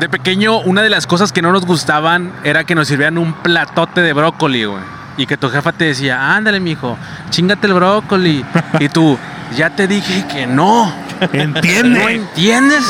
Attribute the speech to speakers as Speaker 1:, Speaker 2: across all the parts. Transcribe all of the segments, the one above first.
Speaker 1: De pequeño, una de las cosas que no nos gustaban era que nos sirvieran un platote de brócoli, güey. Y que tu jefa te decía, ándale, mijo, chingate el brócoli. y tú, ya te dije que no. ¿No
Speaker 2: Entiende.
Speaker 1: entiendes?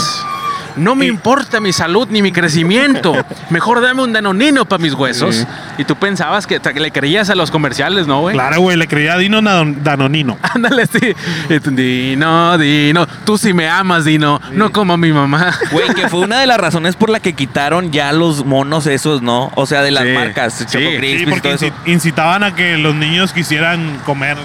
Speaker 1: No me importa mi salud ni mi crecimiento. Mejor dame un danonino para mis huesos.
Speaker 3: Sí.
Speaker 1: Y tú pensabas que te- que le creías a los comerciales, ¿no, güey?
Speaker 2: Claro, güey, le creía a Dino Nadon- Danonino.
Speaker 1: Ándale, sí. Y tú, Dino, Dino, tú sí me amas, Dino. No como a mi mamá.
Speaker 3: Güey, que fue una de las razones por la que quitaron ya los monos esos, ¿no? O sea, de las
Speaker 1: Sí,
Speaker 3: marcas,
Speaker 1: sí.
Speaker 3: Choco Crispies
Speaker 2: Sí,
Speaker 3: y pues, todo
Speaker 2: porque
Speaker 3: eso.
Speaker 2: inci- incitaban a que los niños quisieran comer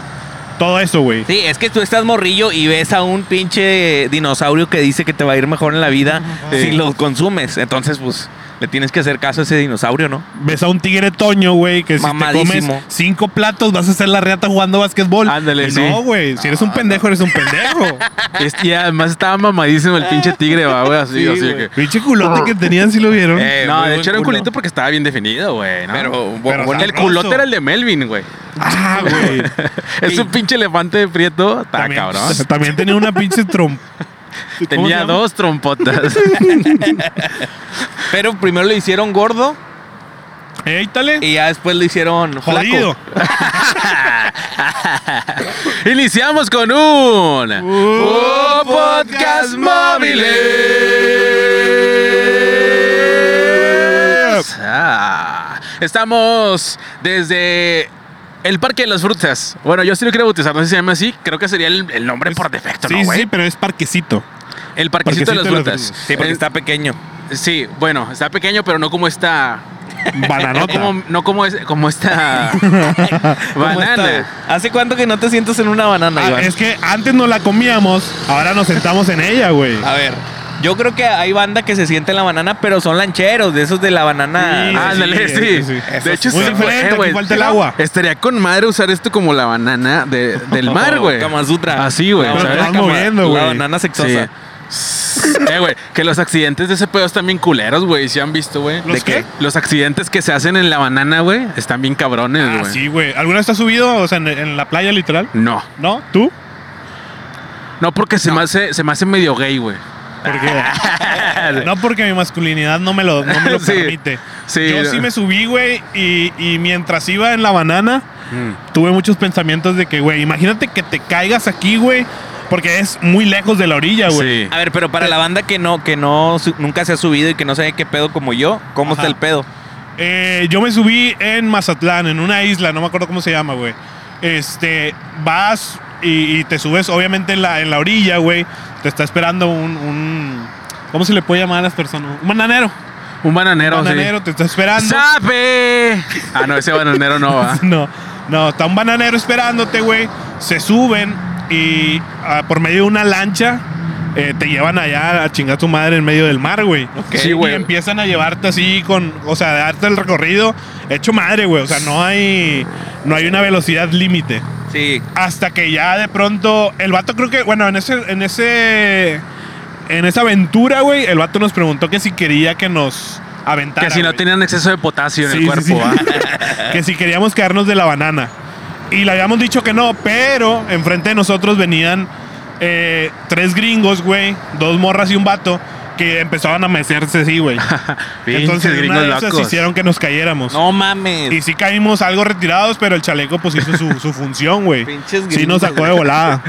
Speaker 2: todo eso, güey.
Speaker 3: Sí, es que tú estás morrillo y ves a un pinche dinosaurio que dice que te va a ir mejor en la vida si lo consumes. Entonces, pues, le tienes que hacer caso a ese dinosaurio, ¿no?
Speaker 2: Ves a un tigre toño, güey, que si te
Speaker 3: Mamadísimo.
Speaker 2: comes cinco platos vas a hacer la reata jugando basquetbol.
Speaker 1: Ándale,
Speaker 2: Y
Speaker 1: sí.
Speaker 2: No, güey, si eres un pendejo, eres un pendejo.
Speaker 1: Es- Y además estaba mamadísimo el pinche tigre, va, güey. Así,
Speaker 3: Sí,
Speaker 1: así
Speaker 3: güey.
Speaker 1: que.
Speaker 2: Pinche culote que tenían, si lo vieron.
Speaker 3: Eh,
Speaker 1: no,
Speaker 3: muy
Speaker 1: de
Speaker 3: buen
Speaker 1: hecho era un
Speaker 3: culo.
Speaker 1: culito porque estaba bien definido, güey. ¿no?
Speaker 3: Pero, bu-
Speaker 2: Pero
Speaker 3: bueno,
Speaker 1: el
Speaker 2: sabroso.
Speaker 1: culote era el de Melvin, güey.
Speaker 2: Ah, güey.
Speaker 1: Es un pinche elefante de prieto. Está
Speaker 2: También, pues,
Speaker 1: cabrón.
Speaker 2: también tenía una pinche trompa.
Speaker 1: Tenía dos trompotas.
Speaker 3: pero primero lo hicieron gordo
Speaker 2: Éítale.
Speaker 3: y ya después lo hicieron
Speaker 2: eh, Jodido.
Speaker 3: flaco.
Speaker 1: Iniciamos con un
Speaker 2: ¡Oh, podcast móviles!
Speaker 1: Ah, estamos desde el Parque de las Frutas. Bueno, yo sí lo quiero bautizar, no sé si se llama así. Creo que sería el, el nombre por defecto, ¿no,
Speaker 2: Sí,
Speaker 1: güey?
Speaker 2: sí, pero es parquecito.
Speaker 1: El Parquecito, de las
Speaker 2: Parquecito de las
Speaker 1: Frutas.
Speaker 2: Frutas.
Speaker 3: Sí, porque
Speaker 1: Eh,
Speaker 3: está pequeño.
Speaker 1: Sí, bueno, está pequeño, pero no como esta. No
Speaker 2: Bananota.
Speaker 1: como, no como, es- como esta. banana.
Speaker 3: está? ¿Hace cuánto que no te sientas en una banana,
Speaker 2: Ah,
Speaker 3: Iván?
Speaker 2: es que antes no la comíamos, ahora nos sentamos en ella, güey.
Speaker 1: Ah,
Speaker 3: A ver, yo creo que hay banda que se siente en la banana, pero son lancheros, de esos de la banana.
Speaker 2: Sí,
Speaker 3: Ah,
Speaker 1: Ándale,
Speaker 2: sí,
Speaker 1: sí.
Speaker 2: sí, sí.
Speaker 1: De hecho,
Speaker 2: Muy
Speaker 1: sí,
Speaker 2: diferente, aquí
Speaker 1: güey.
Speaker 2: falta el agua.
Speaker 1: Estaría con madre usar esto como la banana de- del mar, güey.
Speaker 3: Kama Sutra.
Speaker 1: Así, güey.
Speaker 3: La
Speaker 2: Pero
Speaker 1: ¿sabes?
Speaker 3: banana
Speaker 2: estás
Speaker 3: Kama-
Speaker 2: moviendo, güey.
Speaker 3: La banana sexosa.
Speaker 1: Sí. Eh, güey, que los accidentes de ese pedo están bien culeros, güey. ¿Sí han visto, güey?
Speaker 2: ¿Los
Speaker 1: De que
Speaker 2: qué?
Speaker 1: Los accidentes que se hacen en la banana, güey, están bien cabrones,
Speaker 2: Ah,
Speaker 1: güey.
Speaker 2: sí, güey. ¿Alguna vez te has subido? O sea, en, en la playa, literal.
Speaker 1: No.
Speaker 2: ¿No? ¿Tú?
Speaker 1: No, porque se, me hace, se me hace medio gay, güey.
Speaker 2: Porque, no, porque mi masculinidad no me lo, no me lo
Speaker 1: Sí,
Speaker 2: permite.
Speaker 1: sí.
Speaker 2: Yo sí me subí, güey, y, y mientras iba en la banana,
Speaker 1: Mm.
Speaker 2: tuve muchos pensamientos de que, güey, imagínate que te caigas aquí, güey, porque es muy lejos de la orilla, güey.
Speaker 1: Sí.
Speaker 3: A ver, pero para la banda que no, que no su- nunca se ha subido y que no sabe qué pedo como yo, ¿cómo
Speaker 2: Ajá.
Speaker 3: está el pedo?
Speaker 2: Eh, yo me subí en Mazatlán, en una isla, no me acuerdo cómo se llama, güey. Este, vas y, y te subes, obviamente, en la, en la orilla, güey. Te está esperando un, un- ¿Cómo se le puede llamar a las personas? Un bananero.
Speaker 1: Un bananero,
Speaker 2: un bananero te está
Speaker 1: sí.
Speaker 2: esperando.
Speaker 1: ¡Sape! Ah, no, ese bananero no va.
Speaker 2: No, no, está un bananero esperándote, güey. Se suben y ah, por medio de una lancha eh, te llevan allá a chingar a tu madre en medio del mar, güey.
Speaker 1: Sí, güey.
Speaker 2: Y empiezan a llevarte así con, o sea, a darte el recorrido hecho madre, güey. O sea, no hay, no hay una velocidad límite.
Speaker 3: Sí.
Speaker 2: Hasta que ya de pronto el vato creo que, bueno, en ese, en ese, en esa aventura, güey, el vato nos preguntó que si quería que nos aventara.
Speaker 1: Que si no
Speaker 2: güey
Speaker 1: tenían exceso de potasio en el cuerpo,
Speaker 2: sí,
Speaker 1: ¿va?
Speaker 2: sí. que si queríamos quedarnos de la banana. Y le habíamos dicho que no, pero enfrente de nosotros venían eh, tres gringos, güey, dos morras y un vato, que empezaban a mecerse así, güey.
Speaker 1: Pinches
Speaker 2: Entonces, en una
Speaker 1: gringos
Speaker 2: de esas
Speaker 1: locos.
Speaker 2: hicieron que nos cayéramos.
Speaker 3: No mames.
Speaker 2: Y sí caímos algo retirados, pero el chaleco pues hizo su, su función, güey.
Speaker 3: Pinches
Speaker 2: Sí
Speaker 3: gringos.
Speaker 2: nos sacó de volada,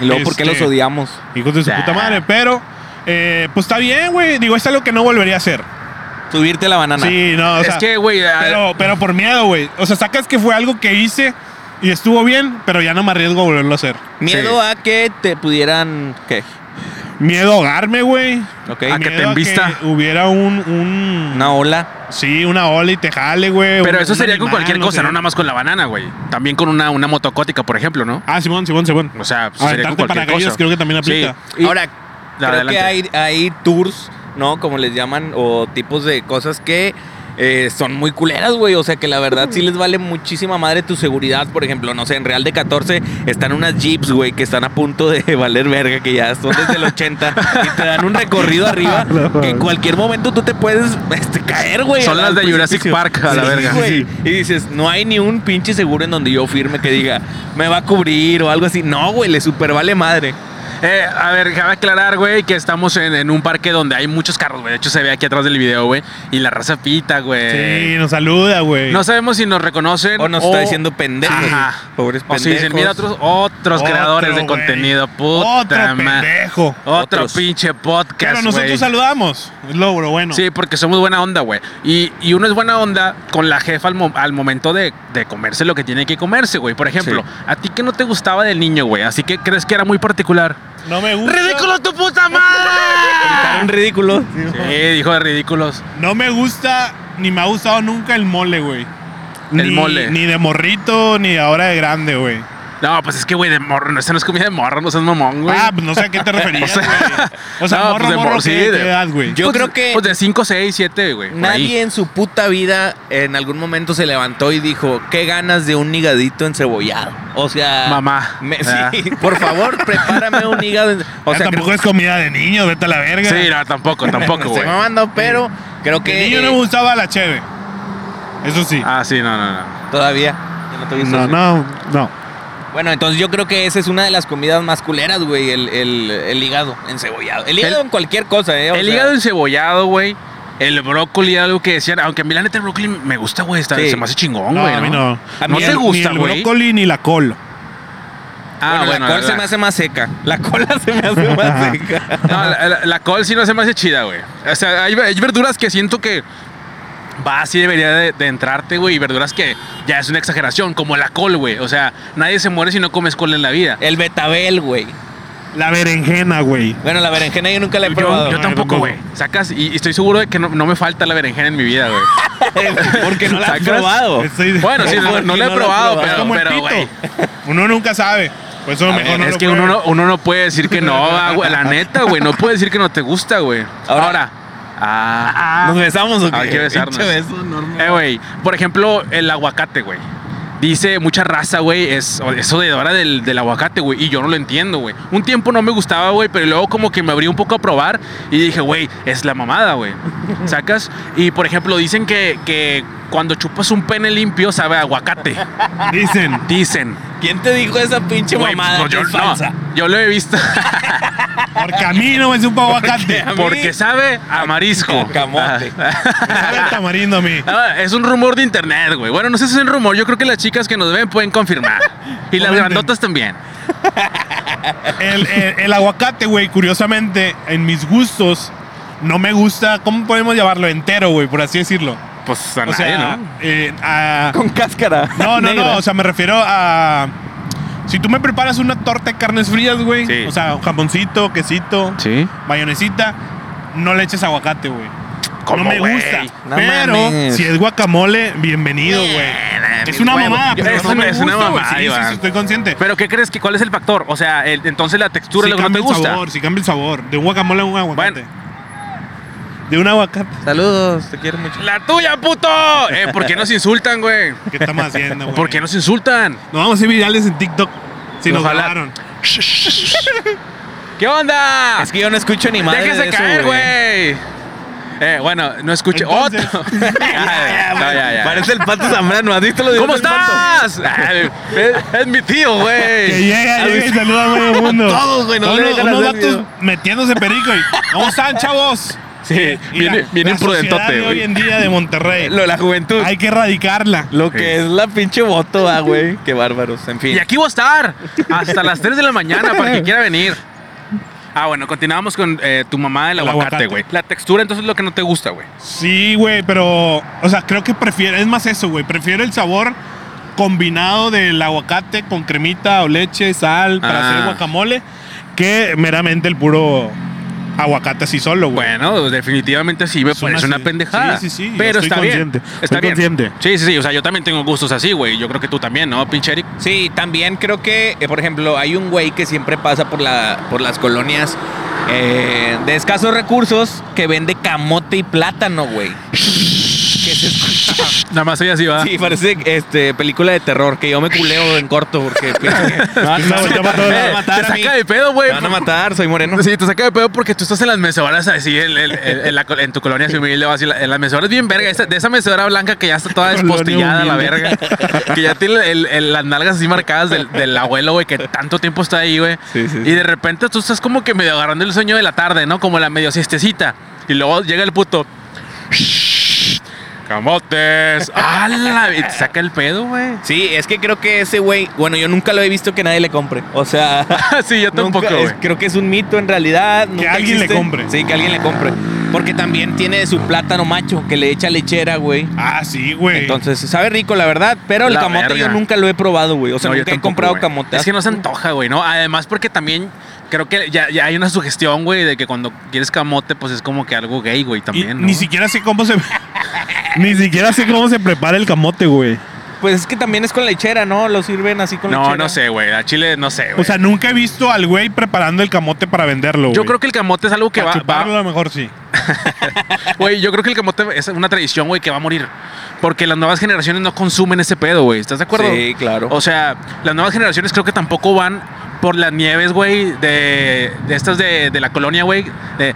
Speaker 3: Y luego, ¿por qué
Speaker 2: este-
Speaker 3: los odiamos?
Speaker 2: hijos de su
Speaker 1: Nah.
Speaker 2: puta madre. Pero, eh, pues está bien, güey. Digo, es algo que no volvería a hacer.
Speaker 3: Subirte la banana.
Speaker 2: Sí, no, o sea,
Speaker 1: es que, güey, ah, a-
Speaker 2: Pero, pero por miedo, güey. O sea, sacas que fue algo que hice y estuvo bien, pero ya no me arriesgo a volverlo a hacer.
Speaker 3: Miedo a que te pudieran. ¿Qué?
Speaker 2: Miedo a ahogarme, güey.
Speaker 3: Ok.
Speaker 1: Ah, que
Speaker 2: Miedo
Speaker 1: te
Speaker 2: a
Speaker 1: envista.
Speaker 2: que hubiera un, un-
Speaker 3: Una ola.
Speaker 2: Sí, una ola y te jale, güey.
Speaker 1: Pero
Speaker 2: un-
Speaker 1: eso
Speaker 2: un
Speaker 1: sería con
Speaker 2: animal,
Speaker 1: cualquier cosa,
Speaker 2: sé.
Speaker 1: no nada más con la banana, güey. También con una, una motocótica, por ejemplo, ¿no?
Speaker 2: Ah, Simón, Simón, Simón.
Speaker 1: O sea, pues, sería con
Speaker 2: Aventarte
Speaker 1: cualquier
Speaker 2: paracaídas
Speaker 1: cosa.
Speaker 2: creo que también aplica.
Speaker 1: Sí.
Speaker 3: Ahora, creo
Speaker 1: adelante.
Speaker 3: que hay, hay tours, ¿no? Como les llaman, o tipos de cosas que eh, son muy culeras, güey. O sea, que la verdad sí les vale muchísima madre tu seguridad. Por ejemplo, no sé, en Real de 14 están unas jeeps, güey, que están a punto de valer verga, que ya son desde el 80 y te dan un recorrido arriba que en cualquier momento tú te puedes este, caer, güey.
Speaker 1: Son
Speaker 3: al-
Speaker 1: las
Speaker 3: al
Speaker 1: de Jurassic
Speaker 3: precipicio.
Speaker 1: Park, a la
Speaker 3: Sí,
Speaker 1: verga.
Speaker 3: güey. Y dices, no hay ni un pinche seguro en donde yo firme que diga, me va a cubrir o algo así. No, güey, le super vale madre.
Speaker 1: Eh, a ver, cabe aclarar, güey, que estamos en, en un parque donde hay muchos carros, güey. De hecho, se ve aquí atrás del video, güey. Y la raza pita, güey.
Speaker 2: Sí, nos saluda, güey.
Speaker 1: No sabemos si nos reconocen
Speaker 3: O nos está diciendo pendejos.
Speaker 1: Ajá.
Speaker 3: Pobres
Speaker 1: O
Speaker 3: pendejos.
Speaker 1: si Oh, dicen, mira, otros, otros
Speaker 2: Otro,
Speaker 1: creadores de
Speaker 2: güey.
Speaker 1: contenido. Puta
Speaker 2: Otro
Speaker 1: ma-
Speaker 2: pendejo.
Speaker 1: Otro
Speaker 3: Otros.
Speaker 1: pinche podcast,
Speaker 2: Pero nosotros
Speaker 1: güey.
Speaker 2: saludamos. Es lo, lo bueno.
Speaker 1: Sí, porque somos buena onda, güey. Y, y uno es buena onda con la jefa al, mo- al momento de, de comerse lo que tiene que comerse, güey. Por ejemplo,
Speaker 3: Sí.
Speaker 1: a ti que no te gustaba del niño, güey. Así que crees que era muy particular.
Speaker 2: No me gusta.
Speaker 1: ¡Ridículo tu puta madre!
Speaker 3: Gritaron ridículo.
Speaker 1: Sí, dijo de ridículos.
Speaker 2: No me gusta, ni me ha gustado nunca el mole, güey.
Speaker 1: El
Speaker 2: Ni-
Speaker 1: mole.
Speaker 2: Ni de morrito, ni ahora de grande, güey.
Speaker 1: No, pues es que, güey, de morro. No, esa no es comida de morro, no seas mamón, güey.
Speaker 2: Ah, pues no sé a qué te referías,
Speaker 1: O
Speaker 2: güey.
Speaker 1: sea-
Speaker 2: O sea,
Speaker 1: No,
Speaker 2: morro,
Speaker 1: pues de
Speaker 2: morro,
Speaker 1: mor-
Speaker 2: ¿qué-
Speaker 1: sí, de-
Speaker 2: qué edad, güey?
Speaker 3: Yo
Speaker 1: Pues-
Speaker 3: creo que-
Speaker 1: Pues de 5, 6, 7, güey. por ahí.
Speaker 3: Nadie en su puta vida en algún momento se levantó y dijo, qué ganas de un hígadito encebollado. O sea...
Speaker 1: Mamá.
Speaker 3: me-
Speaker 1: Ah.
Speaker 3: sí, por favor, prepárame un hígado. en- O
Speaker 2: Ya
Speaker 3: sea,
Speaker 2: tampoco es comida de niño, vete a la verga.
Speaker 1: Sí, no, tampoco, tampoco,
Speaker 3: creo- se
Speaker 1: güey.
Speaker 3: mamando, pero creo
Speaker 2: De
Speaker 3: que
Speaker 2: niño no
Speaker 3: eh,
Speaker 2: me gustaba la cheve. Eso sí.
Speaker 1: Ah, sí, no, no, no.
Speaker 3: todavía. Yo no te he visto
Speaker 2: no,
Speaker 3: así.
Speaker 2: no, no.
Speaker 3: Bueno, entonces yo creo que esa es una de las comidas más culeras, güey, el, el, el hígado encebollado. El hígado
Speaker 1: El-
Speaker 3: en cualquier cosa, ¿eh? o
Speaker 1: el
Speaker 3: sea,
Speaker 1: hígado encebollado, güey. El brócoli, algo que decían. Aunque a mí la neta el brócoli me gusta, güey. está-
Speaker 3: Sí.
Speaker 1: Se me hace chingón,
Speaker 2: No,
Speaker 1: güey.
Speaker 2: a mí no.
Speaker 3: A
Speaker 1: No
Speaker 3: mí
Speaker 1: te
Speaker 3: el-
Speaker 1: gusta,
Speaker 2: ni el
Speaker 1: güey.
Speaker 2: brócoli ni la col.
Speaker 1: Ah,
Speaker 3: bueno,
Speaker 1: bueno,
Speaker 3: la col se
Speaker 1: la-
Speaker 3: me hace más seca. La cola se me hace más seca.
Speaker 1: No, la, la- la col sí no se me hace chida, güey. O sea, hay, hay verduras que siento que va así debería de, de entrarte, güey. Y verduras que ya es una exageración, como la col, güey. O sea, nadie se muere si no comes col en la vida.
Speaker 3: El betabel, güey.
Speaker 2: La berenjena, güey.
Speaker 3: Bueno, la berenjena yo nunca la he
Speaker 1: Yo-
Speaker 3: probado.
Speaker 1: Yo,
Speaker 2: No, yo
Speaker 1: tampoco,
Speaker 2: tampoco.
Speaker 1: güey. Sacas, y, y estoy seguro de que no, no me falta la berenjena en mi vida, güey.
Speaker 3: Porque no la has
Speaker 1: ¿Sacas?
Speaker 3: probado.
Speaker 2: Estoy-
Speaker 1: Oh. Bueno, sí, no, no
Speaker 3: Porque
Speaker 1: la
Speaker 3: no
Speaker 1: he
Speaker 3: lo he
Speaker 1: probado,
Speaker 3: probado.
Speaker 2: Es
Speaker 1: pero,
Speaker 2: como el
Speaker 1: pero,
Speaker 2: pito.
Speaker 1: güey.
Speaker 2: Uno nunca sabe. Por eso mejor no
Speaker 1: es
Speaker 2: lo
Speaker 1: que uno
Speaker 2: pruebe.
Speaker 1: no, uno no puede decir que no, ah, güey. La neta, güey. No puede decir que no te gusta, güey.
Speaker 3: Ahora-
Speaker 1: Ahora. ah,
Speaker 3: ¿Nos besamos o qué?
Speaker 1: Hay que besarnos.
Speaker 3: Pinche beso, normal.
Speaker 1: Eh, güey. Por ejemplo, el aguacate, güey. Dice mucha raza, güey, es eso de ahora del, del aguacate, güey. Y yo no lo entiendo, güey. Un tiempo no me gustaba, güey, pero luego como que me abrí un poco a probar y dije, güey, es la mamada, güey. ¿Sacas? Y por ejemplo, dicen que, que cuando chupas un pene limpio sabe a aguacate.
Speaker 2: Dicen.
Speaker 1: Dicen.
Speaker 3: ¿Quién te dijo esa pinche
Speaker 1: Güey,
Speaker 3: mamada?
Speaker 1: pues,
Speaker 3: que
Speaker 1: yo,
Speaker 3: es
Speaker 1: no,
Speaker 3: falsa.
Speaker 1: yo lo he visto.
Speaker 2: Porque a mí no me supo aguacate.
Speaker 3: a mí-
Speaker 1: Porque sabe a marisco.
Speaker 3: A camote.
Speaker 2: Me sabe a tamarindo a mí.
Speaker 1: Ah, es un rumor de internet, güey. Bueno, no sé si es un rumor. Yo creo que las chicas que nos ven pueden confirmar. Y las
Speaker 2: Comenten.
Speaker 1: grandotas también.
Speaker 2: El, el- el aguacate, güey, curiosamente, en mis gustos, no me gusta, ¿cómo podemos llamarlo? Entero, güey, por así decirlo.
Speaker 1: Pues a
Speaker 2: O
Speaker 1: nadie,
Speaker 2: sea,
Speaker 1: ¿no?
Speaker 2: eh, a-
Speaker 3: Con cáscara.
Speaker 2: no, no,
Speaker 3: negra.
Speaker 2: no, o sea, me refiero a... Si tú me preparas una torta de carnes frías, güey,
Speaker 1: Sí.
Speaker 2: o sea, jamoncito, quesito,
Speaker 1: Sí.
Speaker 2: mayonesita, no le eches aguacate, güey.
Speaker 1: ¿Cómo,
Speaker 2: no me
Speaker 1: güey?
Speaker 2: gusta.
Speaker 3: No
Speaker 2: pero
Speaker 3: mames.
Speaker 2: si es guacamole, bienvenido, güey. es una
Speaker 3: huevo.
Speaker 2: mamada,
Speaker 1: Yo-
Speaker 2: pero
Speaker 1: es
Speaker 2: no
Speaker 1: una-
Speaker 2: me
Speaker 1: es una
Speaker 2: gusta, güey.
Speaker 1: mamada,
Speaker 2: Sí, sí,
Speaker 1: Iván.
Speaker 2: sí, estoy consciente.
Speaker 1: Pero ¿qué crees que cuál es el factor? O sea, el- entonces la textura
Speaker 2: Si
Speaker 1: es lo que no
Speaker 2: cambia
Speaker 1: te
Speaker 2: el
Speaker 1: gusta.
Speaker 2: sabor, si cambia el sabor. De un guacamole a un aguacate.
Speaker 1: Bueno.
Speaker 2: De un aguacate.
Speaker 3: Saludos, te quiero mucho.
Speaker 1: La tuya, puto. Eh, ¿Por qué nos insultan, güey?
Speaker 2: ¿Qué estamos haciendo, güey?
Speaker 1: ¿Por qué nos insultan?
Speaker 2: Nos vamos a ir virales en TikTok. Si nos
Speaker 1: Ojalá.
Speaker 2: jalaron.
Speaker 1: ¿Qué onda?
Speaker 3: Ah, Es que yo no escucho ni madre
Speaker 1: Déjese
Speaker 3: de eso,
Speaker 1: caer, güey. Eh, bueno, no escuché.
Speaker 2: Entonces-
Speaker 1: ¡Otro! Ah, Ya, ya, ya, ya, ya.
Speaker 3: Ah, Parece el pato Zambrano, ¿has visto lo de
Speaker 1: ¿Cómo
Speaker 3: el Pato?
Speaker 1: estás? Ay, es, es mi tío,
Speaker 2: Que
Speaker 1: güey.
Speaker 2: llega, llega y saluda a todo el mundo.
Speaker 3: Todos, güey, no
Speaker 2: Todos
Speaker 3: le
Speaker 2: unos-
Speaker 3: dejan
Speaker 2: unos
Speaker 3: hacer
Speaker 2: vatos
Speaker 3: video.
Speaker 2: metiéndose perico y. ¿Cómo están, chavos?
Speaker 1: Sí,
Speaker 2: Y
Speaker 1: viene,
Speaker 2: la-
Speaker 1: viene
Speaker 2: la sociedad
Speaker 1: imprudentote,
Speaker 2: de hoy
Speaker 1: güey.
Speaker 2: en día de Monterrey.
Speaker 3: Lo de la juventud.
Speaker 2: Hay que erradicarla.
Speaker 3: lo
Speaker 1: Sí.
Speaker 3: que es la pinche voto, ah, güey. Qué bárbaros. En fin.
Speaker 1: Y aquí voy a estar hasta las 3 de la mañana para quien quiera venir. Ah, bueno, continuamos con eh, tu mamá del
Speaker 2: El
Speaker 1: aguacate,
Speaker 2: aguacate.
Speaker 1: güey. La textura, entonces, es lo que no te gusta, güey.
Speaker 2: Sí, güey, pero. O sea, creo que prefiero. Es más eso, güey. Prefiero el sabor combinado del aguacate con cremita o leche, sal para
Speaker 1: Ah.
Speaker 2: hacer guacamole, que meramente el puro aguacate así solo, güey.
Speaker 1: Bueno, pues, definitivamente sí, me
Speaker 2: Es
Speaker 1: parece
Speaker 2: una-
Speaker 1: una pendejada.
Speaker 2: sí, sí, sí,
Speaker 1: Pero
Speaker 2: estoy
Speaker 1: está
Speaker 2: consciente,
Speaker 1: bien.
Speaker 2: estoy
Speaker 1: Está bien.
Speaker 2: consciente.
Speaker 1: Sí, sí, sí. O sea, yo también tengo gustos así, güey. Yo creo que tú también, ¿no, pinche Eric?
Speaker 3: Sí, también creo que, eh, por ejemplo, hay un güey que siempre pasa por, la, por las colonias eh, de escasos recursos que vende camote y plátano, güey. Que se escucha-
Speaker 1: Nada más ella sí va.
Speaker 3: Sí, parece este, película de terror, que yo me culeo en corto porque pienso que me van
Speaker 2: Me van a matar,
Speaker 3: me van a matar
Speaker 1: eh, te
Speaker 3: a mí.
Speaker 1: saca de pedo,
Speaker 3: Me
Speaker 1: güey.
Speaker 3: van a matar, soy moreno.
Speaker 1: Sí, te saca de pedo porque tú estás en las mesedoras así, en, en- en- en la col- en tu colonia así humilde, o así, la- en las mesedoras bien verga, esa- de esa mecedora blanca que ya está toda
Speaker 2: Colonia
Speaker 1: despostillada a la
Speaker 2: humilde.
Speaker 1: verga, que ya tiene el- el- las nalgas así marcadas del, del abuelo, güey, que tanto tiempo está ahí, güey.
Speaker 3: Sí, sí, sí.
Speaker 1: Y de repente tú estás como que medio agarrando el sueño de la tarde, ¿no? Como la medio siestecita. Y luego llega el puto. Camotes. ¡Hala! Y te saca el pedo, güey.
Speaker 3: Sí, es que creo que ese güey, bueno, yo nunca lo he visto que nadie le compre. O sea,
Speaker 1: sí, yo tampoco,
Speaker 3: nunca- es-
Speaker 1: güey.
Speaker 3: creo que es un mito en realidad. nunca
Speaker 2: alguien le
Speaker 3: existe.
Speaker 2: compre.
Speaker 3: Sí, que alguien le compre. Porque también tiene su plátano macho que le echa lechera, güey.
Speaker 2: Ah, sí, güey.
Speaker 3: Entonces, sabe rico, la verdad, pero el
Speaker 1: La
Speaker 3: camote
Speaker 1: verga.
Speaker 3: yo nunca lo he probado, güey. O sea,
Speaker 1: No, yo
Speaker 3: nunca he
Speaker 1: tampoco,
Speaker 3: comprado
Speaker 1: güey.
Speaker 3: camote. Ah,
Speaker 1: Es que no
Speaker 2: Ah,
Speaker 1: se antoja, güey, ¿no? Además, porque también creo que ya, ya hay una sugestión, güey, de que cuando quieres camote, pues es como que algo gay, güey,
Speaker 2: Y
Speaker 1: también. ¿no?
Speaker 2: Ni siquiera sé cómo se. ni siquiera sé cómo se prepara el camote, güey.
Speaker 3: Pues es que también es con lechera, ¿no? Lo sirven así con lechera.
Speaker 1: No, no sé, güey. A Chile, no sé, güey.
Speaker 2: O sea, nunca he visto al güey preparando el camote para venderlo,
Speaker 1: yo
Speaker 2: güey.
Speaker 1: creo que el camote es algo que
Speaker 2: Para
Speaker 1: va,
Speaker 2: chuparlo
Speaker 1: va-
Speaker 2: a lo mejor sí.
Speaker 1: Güey, yo creo que el camote es una tradición, güey, que va a morir. Porque las nuevas generaciones no consumen ese pedo, güey. ¿Estás de acuerdo?
Speaker 3: Sí, claro.
Speaker 1: O sea, las nuevas generaciones creo que tampoco van por las nieves, güey, de, de estas de, de la colonia, güey. De...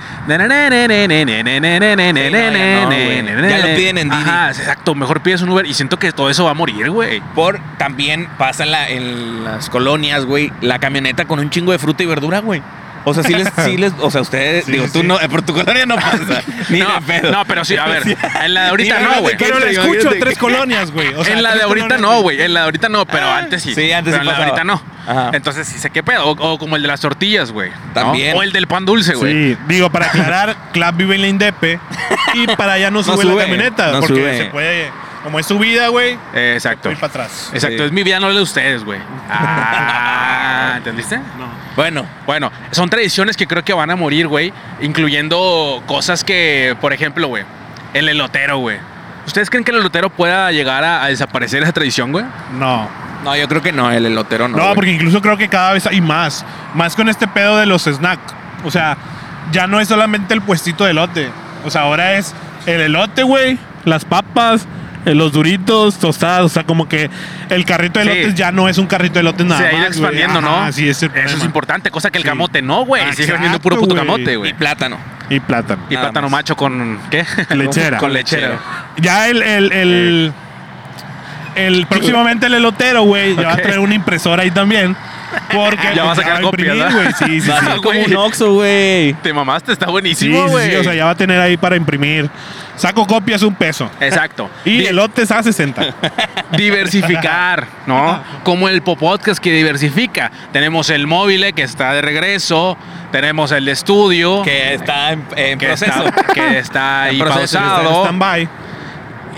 Speaker 3: Ya lo piden en Didi.
Speaker 1: Ajá, exacto. Mejor pides un Uber y siento que todo eso va a morir, güey.
Speaker 3: Por también pasa en la- en las colonias, güey, la camioneta con un chingo de fruta y verdura, güey. O sea, sí les, sí les, o sea, ustedes,
Speaker 2: Sí,
Speaker 3: digo,
Speaker 2: sí,
Speaker 3: tú
Speaker 2: sí.
Speaker 3: no, eh, por tu colonia no pasa. Ni
Speaker 1: no,
Speaker 3: de pedo.
Speaker 1: no, pero sí, a ver. En la de ahorita
Speaker 3: Ni
Speaker 1: no,
Speaker 3: la
Speaker 1: güey.
Speaker 3: de que-
Speaker 2: Pero le
Speaker 3: Imagínate,
Speaker 2: escucho
Speaker 3: imagínate.
Speaker 2: tres colonias, güey. O sea,
Speaker 1: en la
Speaker 2: tres
Speaker 1: de ahorita
Speaker 2: colonias,
Speaker 1: no, güey. En la de ahorita no, pero antes sí.
Speaker 3: Ah, sí, antes
Speaker 1: pero
Speaker 3: sí
Speaker 1: en la de
Speaker 3: pasaba. Ah.
Speaker 1: ahorita no.
Speaker 3: Ajá.
Speaker 1: Entonces sí sé qué pedo. O, o como el de las tortillas, güey. ¿no?
Speaker 3: También.
Speaker 1: O el del pan dulce, güey.
Speaker 2: Sí, digo, para aclarar, Clap vive en la Indepe y para allá no sube,
Speaker 3: sube,
Speaker 2: la camioneta.
Speaker 3: no
Speaker 2: porque
Speaker 3: sube.
Speaker 2: se puede, como es subida, güey,
Speaker 1: Eh, Exacto.
Speaker 2: ir para atrás.
Speaker 1: Exacto,
Speaker 3: Sí.
Speaker 1: es mi vida, no la de ustedes, güey. Ah, ¿entendiste?
Speaker 3: Bueno,
Speaker 1: Bueno, son tradiciones que creo que van a morir, güey, incluyendo cosas que, por ejemplo, güey, el elotero, güey. ¿Ustedes creen que el elotero pueda llegar a, a desaparecer esa tradición, güey?
Speaker 2: No.
Speaker 3: no, yo creo que no, el elotero no.
Speaker 2: No,
Speaker 3: güey.
Speaker 2: porque incluso creo que cada vez hay más. Más con este pedo de los snacks. O sea, ya no es solamente el puestito de elote. O sea, ahora es el elote, güey, las papas, eh, los duritos, tostadas. O sea, como que el carrito de
Speaker 1: Sí.
Speaker 2: elotes ya no es un carrito de elotes nada
Speaker 1: Se ha ido
Speaker 2: más, güey.
Speaker 1: expandiendo,
Speaker 2: Ajá,
Speaker 1: ¿no?
Speaker 2: Sí, es el
Speaker 1: Eso es
Speaker 2: problema.
Speaker 1: importante, cosa que el
Speaker 2: Sí. Ah,
Speaker 1: camote no, güey. Sigue
Speaker 2: Exacto,
Speaker 1: vendiendo puro puto
Speaker 2: güey.
Speaker 1: camote,
Speaker 3: Y
Speaker 1: güey.
Speaker 3: plátano.
Speaker 2: Y plátano.
Speaker 1: Y
Speaker 3: Nada
Speaker 1: plátano
Speaker 3: más.
Speaker 1: macho con, ¿qué?
Speaker 2: Lechera.
Speaker 1: con lechera.
Speaker 2: Ya el, el, el, el- próximamente el elotero, güey, ya va a
Speaker 1: Ok.
Speaker 2: traer una impresora ahí también. Porque
Speaker 1: Ya va a sacar
Speaker 2: imprimir,
Speaker 1: copias, ¿verdad?
Speaker 2: güey. Sí, sí,
Speaker 3: Va a ser
Speaker 2: sí.
Speaker 3: como
Speaker 1: güey.
Speaker 3: un oxo, güey.
Speaker 1: Te mamaste, está
Speaker 2: Sí,
Speaker 1: buenísimo,
Speaker 2: sí,
Speaker 1: güey.
Speaker 2: sí, o sea, ya va a tener ahí para imprimir. Saco copias un peso.
Speaker 1: Exacto.
Speaker 2: Y
Speaker 1: Di-
Speaker 2: elotes a 60.
Speaker 1: diversificar, ¿no? Como el Popodcast que diversifica. Tenemos el móvil eh, que está de regreso, tenemos el estudio
Speaker 3: Que está en, en
Speaker 1: que
Speaker 3: proceso.
Speaker 1: está, que está ahí
Speaker 3: En proceso,
Speaker 1: pausado.
Speaker 2: Stand-by.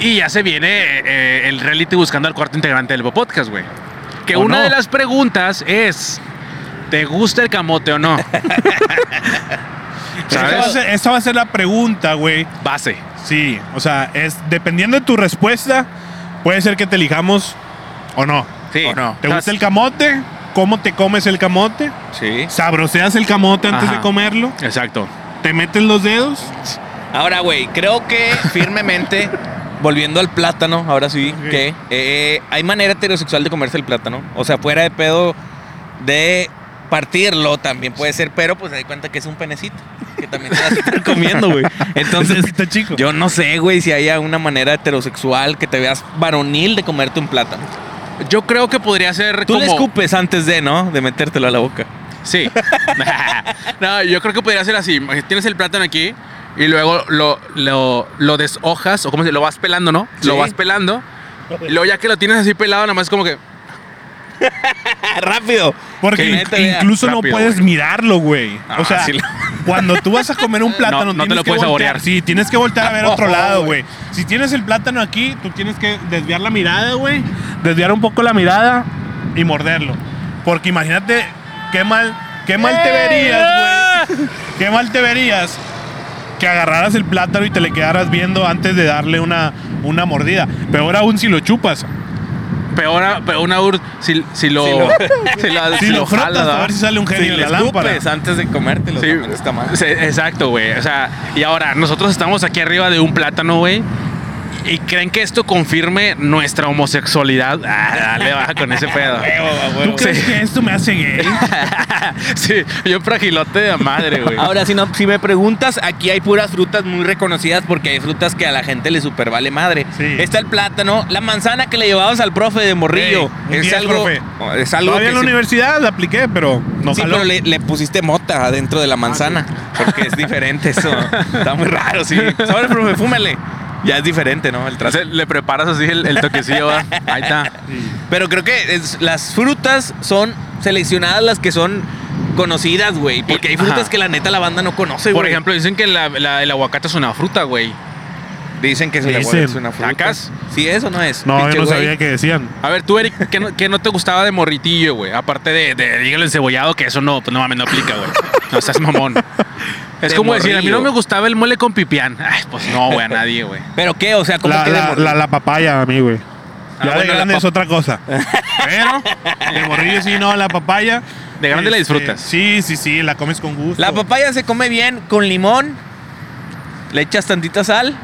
Speaker 1: Y ya se viene eh, el reality buscando al cuarto integrante del Popodcast, güey. Que
Speaker 2: ¿O
Speaker 1: una
Speaker 2: no?
Speaker 1: de las preguntas es, ¿te gusta el camote o no?
Speaker 2: Esta va, a
Speaker 1: ¿Sabes?
Speaker 2: ser, esta va a ser la pregunta, güey.
Speaker 1: Base.
Speaker 2: Sí, o sea, es dependiendo de tu respuesta, puede ser que te elijamos o no.
Speaker 1: Sí.
Speaker 3: ¿O no?
Speaker 2: ¿Te gusta el camote? ¿Cómo te comes el camote?
Speaker 3: Sí.
Speaker 2: Sabroseas el camote antes
Speaker 1: Ajá.
Speaker 2: de comerlo.
Speaker 1: Exacto.
Speaker 2: Te metes los dedos.
Speaker 3: Ahora, güey, creo que firmemente, volviendo al plátano, ahora sí,
Speaker 2: Ok.
Speaker 3: que eh, hay manera heterosexual de comerse el plátano. O sea, fuera de pedo de partirlo también puede ser, pero pues se da cuenta que es un penecito. Que también te vas a estar comiendo, güey.
Speaker 2: Es
Speaker 3: Entonces,
Speaker 2: un pito chico.
Speaker 3: yo no sé, güey, si haya una manera heterosexual que te veas varonil de comerte un plátano.
Speaker 1: Yo creo que podría ser
Speaker 3: Tú
Speaker 1: como...
Speaker 3: le escupes antes de, ¿no? De metértelo a la boca.
Speaker 1: Sí. no, yo creo que podría ser así. Tienes el plátano aquí y luego lo, lo, lo deshojas o como se lo vas pelando, ¿no? Lo
Speaker 3: Sí.
Speaker 1: vas pelando. Y luego ya que lo tienes así pelado, nada más como que...
Speaker 3: Ah, ¡Rápido!
Speaker 2: Porque
Speaker 3: Que
Speaker 2: inc-
Speaker 3: neta vea.
Speaker 2: incluso
Speaker 1: rápido,
Speaker 2: no puedes
Speaker 1: güey.
Speaker 2: mirarlo, güey.
Speaker 1: Ah,
Speaker 2: o sea,
Speaker 1: sí lo-
Speaker 2: cuando tú vas a comer un
Speaker 1: No,
Speaker 2: plátano,
Speaker 1: no te
Speaker 2: tienes
Speaker 1: lo
Speaker 2: que
Speaker 1: puedes saborear.
Speaker 2: voltear.
Speaker 1: Oh,
Speaker 2: Sí, tienes que voltear a ver a otro
Speaker 3: No,
Speaker 2: lado,
Speaker 3: güey.
Speaker 2: güey. Si tienes el plátano aquí, tú tienes que desviar la mirada, güey. Desviar un poco la mirada y morderlo. Porque imagínate qué mal, qué mal
Speaker 1: ¡Eh!
Speaker 2: te verías, güey. Qué mal te verías que agarraras el plátano y te le quedaras viendo antes de darle una, una mordida. Peor aún si lo chupas.
Speaker 1: Pero peor, a- peor una URSS si, si lo.
Speaker 3: Si lo-
Speaker 1: si lo,
Speaker 2: Si
Speaker 1: si
Speaker 2: lo
Speaker 1: lo jala,
Speaker 2: frotas, a
Speaker 1: ¿verdad?
Speaker 2: ver si sale un
Speaker 3: Si
Speaker 2: genio de
Speaker 3: le
Speaker 2: la lámpara.
Speaker 3: escupes antes de comértelo,
Speaker 1: Sí.
Speaker 3: también está mal.
Speaker 1: Sí, exacto, güey. O sea, y ahora, nosotros estamos aquí arriba de un plátano, güey. ¿Y creen que esto confirme nuestra homosexualidad? Ah, dale, baja con ese pedo.
Speaker 2: ¿Tú crees
Speaker 1: Sí.
Speaker 2: que esto me hace gay?
Speaker 1: sí, yo fragilote de madre, güey.
Speaker 3: Ahora, si, no, si me preguntas, aquí hay puras frutas muy reconocidas porque hay frutas que a la gente le super vale madre.
Speaker 2: Sí.
Speaker 3: Está el plátano, la manzana que le llevabas al profe de morrillo.
Speaker 2: Ey, un
Speaker 3: es,
Speaker 2: diez,
Speaker 3: algo,
Speaker 2: profe.
Speaker 3: es algo
Speaker 2: Todavía
Speaker 3: que
Speaker 2: en la
Speaker 3: sí-
Speaker 2: universidad la apliqué, pero no
Speaker 3: sí,
Speaker 2: jaló.
Speaker 3: pero le, le pusiste mota adentro
Speaker 2: Ah,
Speaker 3: de la manzana. Porque es diferente eso. Está muy raro, sí. Sobre, profe, fúmele. Ya es diferente, ¿no? El trato.
Speaker 1: Entonces, le preparas así el, el toquecillo, ¿va? Ahí está.
Speaker 3: Pero creo que es- las frutas son seleccionadas las que son conocidas, güey. Porque hay frutas
Speaker 1: Ajá.
Speaker 3: que la neta la banda no conoce,
Speaker 1: Por
Speaker 3: güey.
Speaker 1: ejemplo, dicen que la- la- el aguacate es una fruta, güey.
Speaker 3: dicen que es una,
Speaker 2: Dicen.
Speaker 3: es una fruta.
Speaker 1: ¿Sacas?
Speaker 3: Sí, eso no es.
Speaker 2: No,
Speaker 3: Pinche
Speaker 2: yo no
Speaker 3: güey.
Speaker 2: sabía que decían.
Speaker 1: A ver, tú, Eric, ¿qué no, qué no te gustaba de morritillo, güey? Aparte de, de dígale encebollado, que eso no, pues no mames, no aplica, güey. No seas mamón. Es
Speaker 3: De
Speaker 1: como decir, a mí no
Speaker 3: morrillo.
Speaker 1: me gustaba el mole con pipián. Ay, pues no, güey, a nadie, güey.
Speaker 3: ¿Pero qué? O sea, como
Speaker 2: La,
Speaker 3: que de
Speaker 2: la,
Speaker 3: morrillo?
Speaker 2: la, la papaya a mí, güey.
Speaker 3: Ah,
Speaker 2: ya de
Speaker 3: bueno, la
Speaker 2: grande
Speaker 3: pap-
Speaker 2: es otra cosa. Pero el morrillo sí, no, la papaya. Este,
Speaker 1: De grande la disfrutas.
Speaker 2: Sí, sí, sí, la comes con gusto.
Speaker 3: La papaya se come bien con limón. Le echas tantita sal.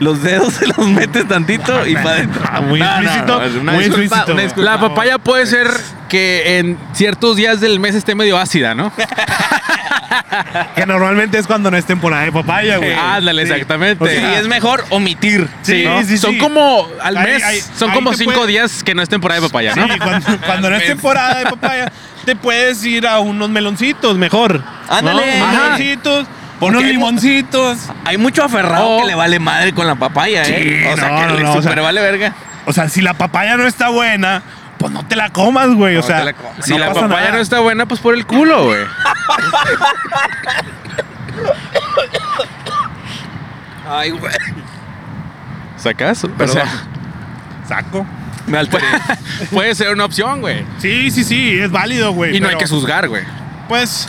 Speaker 3: Los dedos se los metes tantito y para adentro.
Speaker 2: Ah, muy
Speaker 3: No, no,
Speaker 2: explícito.
Speaker 3: no, es una
Speaker 2: muy
Speaker 3: disculpa,
Speaker 2: explícito.
Speaker 3: una disculpa.
Speaker 1: La papaya puede ser que en ciertos días del mes esté medio ácida, ¿no?
Speaker 2: Que normalmente es cuando no es temporada de papaya, güey.
Speaker 1: Ándale,
Speaker 2: Sí.
Speaker 1: exactamente.
Speaker 2: O
Speaker 3: Sí,
Speaker 2: sea,
Speaker 3: es mejor omitir.
Speaker 2: Sí,
Speaker 1: ¿no?
Speaker 2: sí, sí.
Speaker 1: Son como al
Speaker 2: Ahí-
Speaker 1: mes,
Speaker 2: ahí-
Speaker 1: son
Speaker 2: ahí
Speaker 1: como
Speaker 2: te
Speaker 1: cinco
Speaker 2: puede-
Speaker 1: días que no es temporada de papaya, ¿no?
Speaker 2: Sí, cuando, cuando no es temporada de papaya, te puedes ir a unos meloncitos mejor.
Speaker 3: Ándale.
Speaker 2: ¿no? Unos
Speaker 1: Ajá.
Speaker 2: meloncitos, unos
Speaker 3: hay mu-
Speaker 2: limoncitos.
Speaker 3: Hay mucho aferrado
Speaker 1: Oh.
Speaker 3: que le vale madre con la papaya, ¿eh?
Speaker 2: Sí,
Speaker 3: o sea,
Speaker 2: no,
Speaker 3: que
Speaker 2: no,
Speaker 3: le
Speaker 2: no, o sea-
Speaker 3: super vale verga.
Speaker 2: O sea, si la papaya no está buena, pues no te la comas, güey. o
Speaker 3: No
Speaker 2: sea,
Speaker 3: te la comas.
Speaker 1: Si
Speaker 2: no
Speaker 1: la
Speaker 2: pasa
Speaker 1: papaya
Speaker 2: nada.
Speaker 1: no está buena, pues por el culo, güey.
Speaker 3: Ay, güey.
Speaker 1: ¿Sacas? O
Speaker 2: Perdón.
Speaker 1: sea,
Speaker 2: Saco.
Speaker 3: Me alteré.
Speaker 1: puede ser una opción, güey.
Speaker 2: Sí, sí, sí, es válido, güey.
Speaker 1: Y no hay
Speaker 2: pero,
Speaker 1: que juzgar, güey.
Speaker 2: Pues,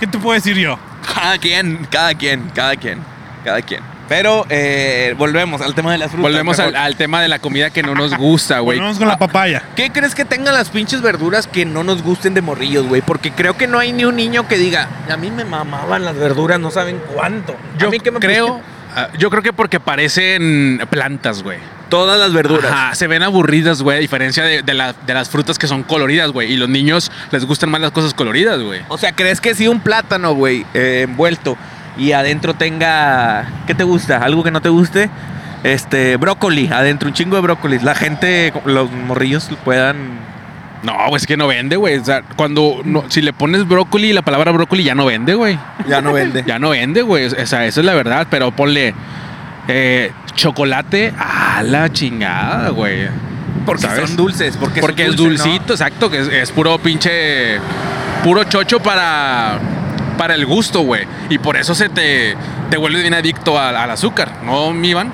Speaker 2: ¿qué te puedo decir yo?
Speaker 3: cada quien, cada quien, cada quien, cada quien. Pero eh, volvemos al tema de las frutas.
Speaker 1: Volvemos al,
Speaker 3: mejor.
Speaker 1: al tema de la comida que no nos gusta, güey.
Speaker 2: Volvemos con la papaya.
Speaker 3: ¿Qué crees que tengan las pinches verduras que no nos gusten de morrillos, güey? Porque creo que no hay ni un niño que diga, a mí me mamaban las verduras, no saben cuánto.
Speaker 1: Yo
Speaker 3: a mí que me
Speaker 1: creo,
Speaker 3: pusiste
Speaker 1: ah, yo creo que porque parecen plantas, güey.
Speaker 3: todas las verduras.
Speaker 1: Ajá, se ven aburridas, güey, a diferencia de, de la- de las frutas que son coloridas, güey. Y los niños les gustan más las cosas coloridas, güey.
Speaker 3: O sea, ¿crees que si un plátano, güey, eh, envuelto y adentro tenga, ¿qué te gusta? ¿Algo que no te guste? Este, brócoli, adentro un chingo de brócolis. La gente, los morrillos puedan...
Speaker 1: No, güey, es que no vende, güey. O sea, cuando, no- si le pones brócoli, la palabra brócoli ya no vende, güey.
Speaker 3: Ya no vende.
Speaker 1: Ya no vende, güey. O sea, esa es la verdad. Pero ponle eh, chocolate a la chingada, güey.
Speaker 3: Porque
Speaker 1: ¿Sabes?
Speaker 3: son dulces, porque,
Speaker 1: Porque
Speaker 3: son
Speaker 1: es
Speaker 3: dulces, ¿no?
Speaker 1: dulcito, exacto, que es, es puro pinche. puro chocho para. para el gusto, güey. Y por eso se te. te vuelves bien adicto al, al azúcar, ¿no, mi Iván?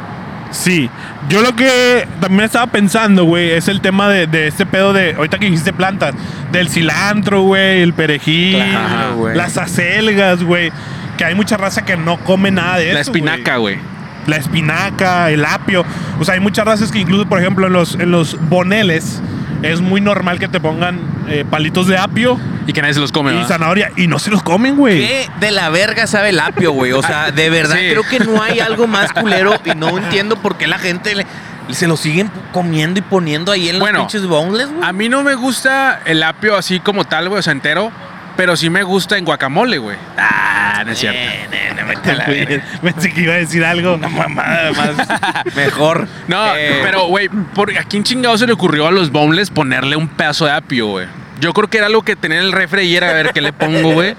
Speaker 2: Sí, yo lo que también estaba pensando, güey, es el tema de, de este pedo de, ahorita que dijiste plantas, del cilantro, güey, el perejil,
Speaker 1: Claro,
Speaker 3: güey.
Speaker 2: las acelgas, güey, que hay mucha raza que no come nada de eso.
Speaker 1: La espinaca, güey.
Speaker 2: La espinaca, el apio. O sea, hay muchas razas que incluso, por ejemplo, en los, en los boneles es muy normal que te pongan eh, palitos de apio
Speaker 1: Y que nadie se los come,
Speaker 2: y
Speaker 1: ¿verdad?
Speaker 2: zanahoria y no se los comen, güey.
Speaker 3: ¿Qué de la verga sabe el apio, güey? O sea, de verdad
Speaker 1: Sí.
Speaker 3: creo que no hay algo más culero y no entiendo por qué la gente le- se lo siguen comiendo y poniendo ahí en los
Speaker 1: Bueno,
Speaker 3: pinches boneless, güey.
Speaker 1: A mí no me gusta el apio así como tal, güey, o sea, entero. Pero sí me gusta en guacamole, güey. Ah, no es cierto.
Speaker 3: Eh, no, no, vete a la verga.
Speaker 2: Pensé que iba a decir algo.
Speaker 3: Una mamada más. Mejor.
Speaker 1: No,
Speaker 3: Eh,
Speaker 1: pero, güey, ¿por- ¿a quién chingado se le ocurrió a los boneless ponerle un pedazo de apio, güey? Yo creo que era algo que tenía en el refri y era a ver qué le pongo, güey.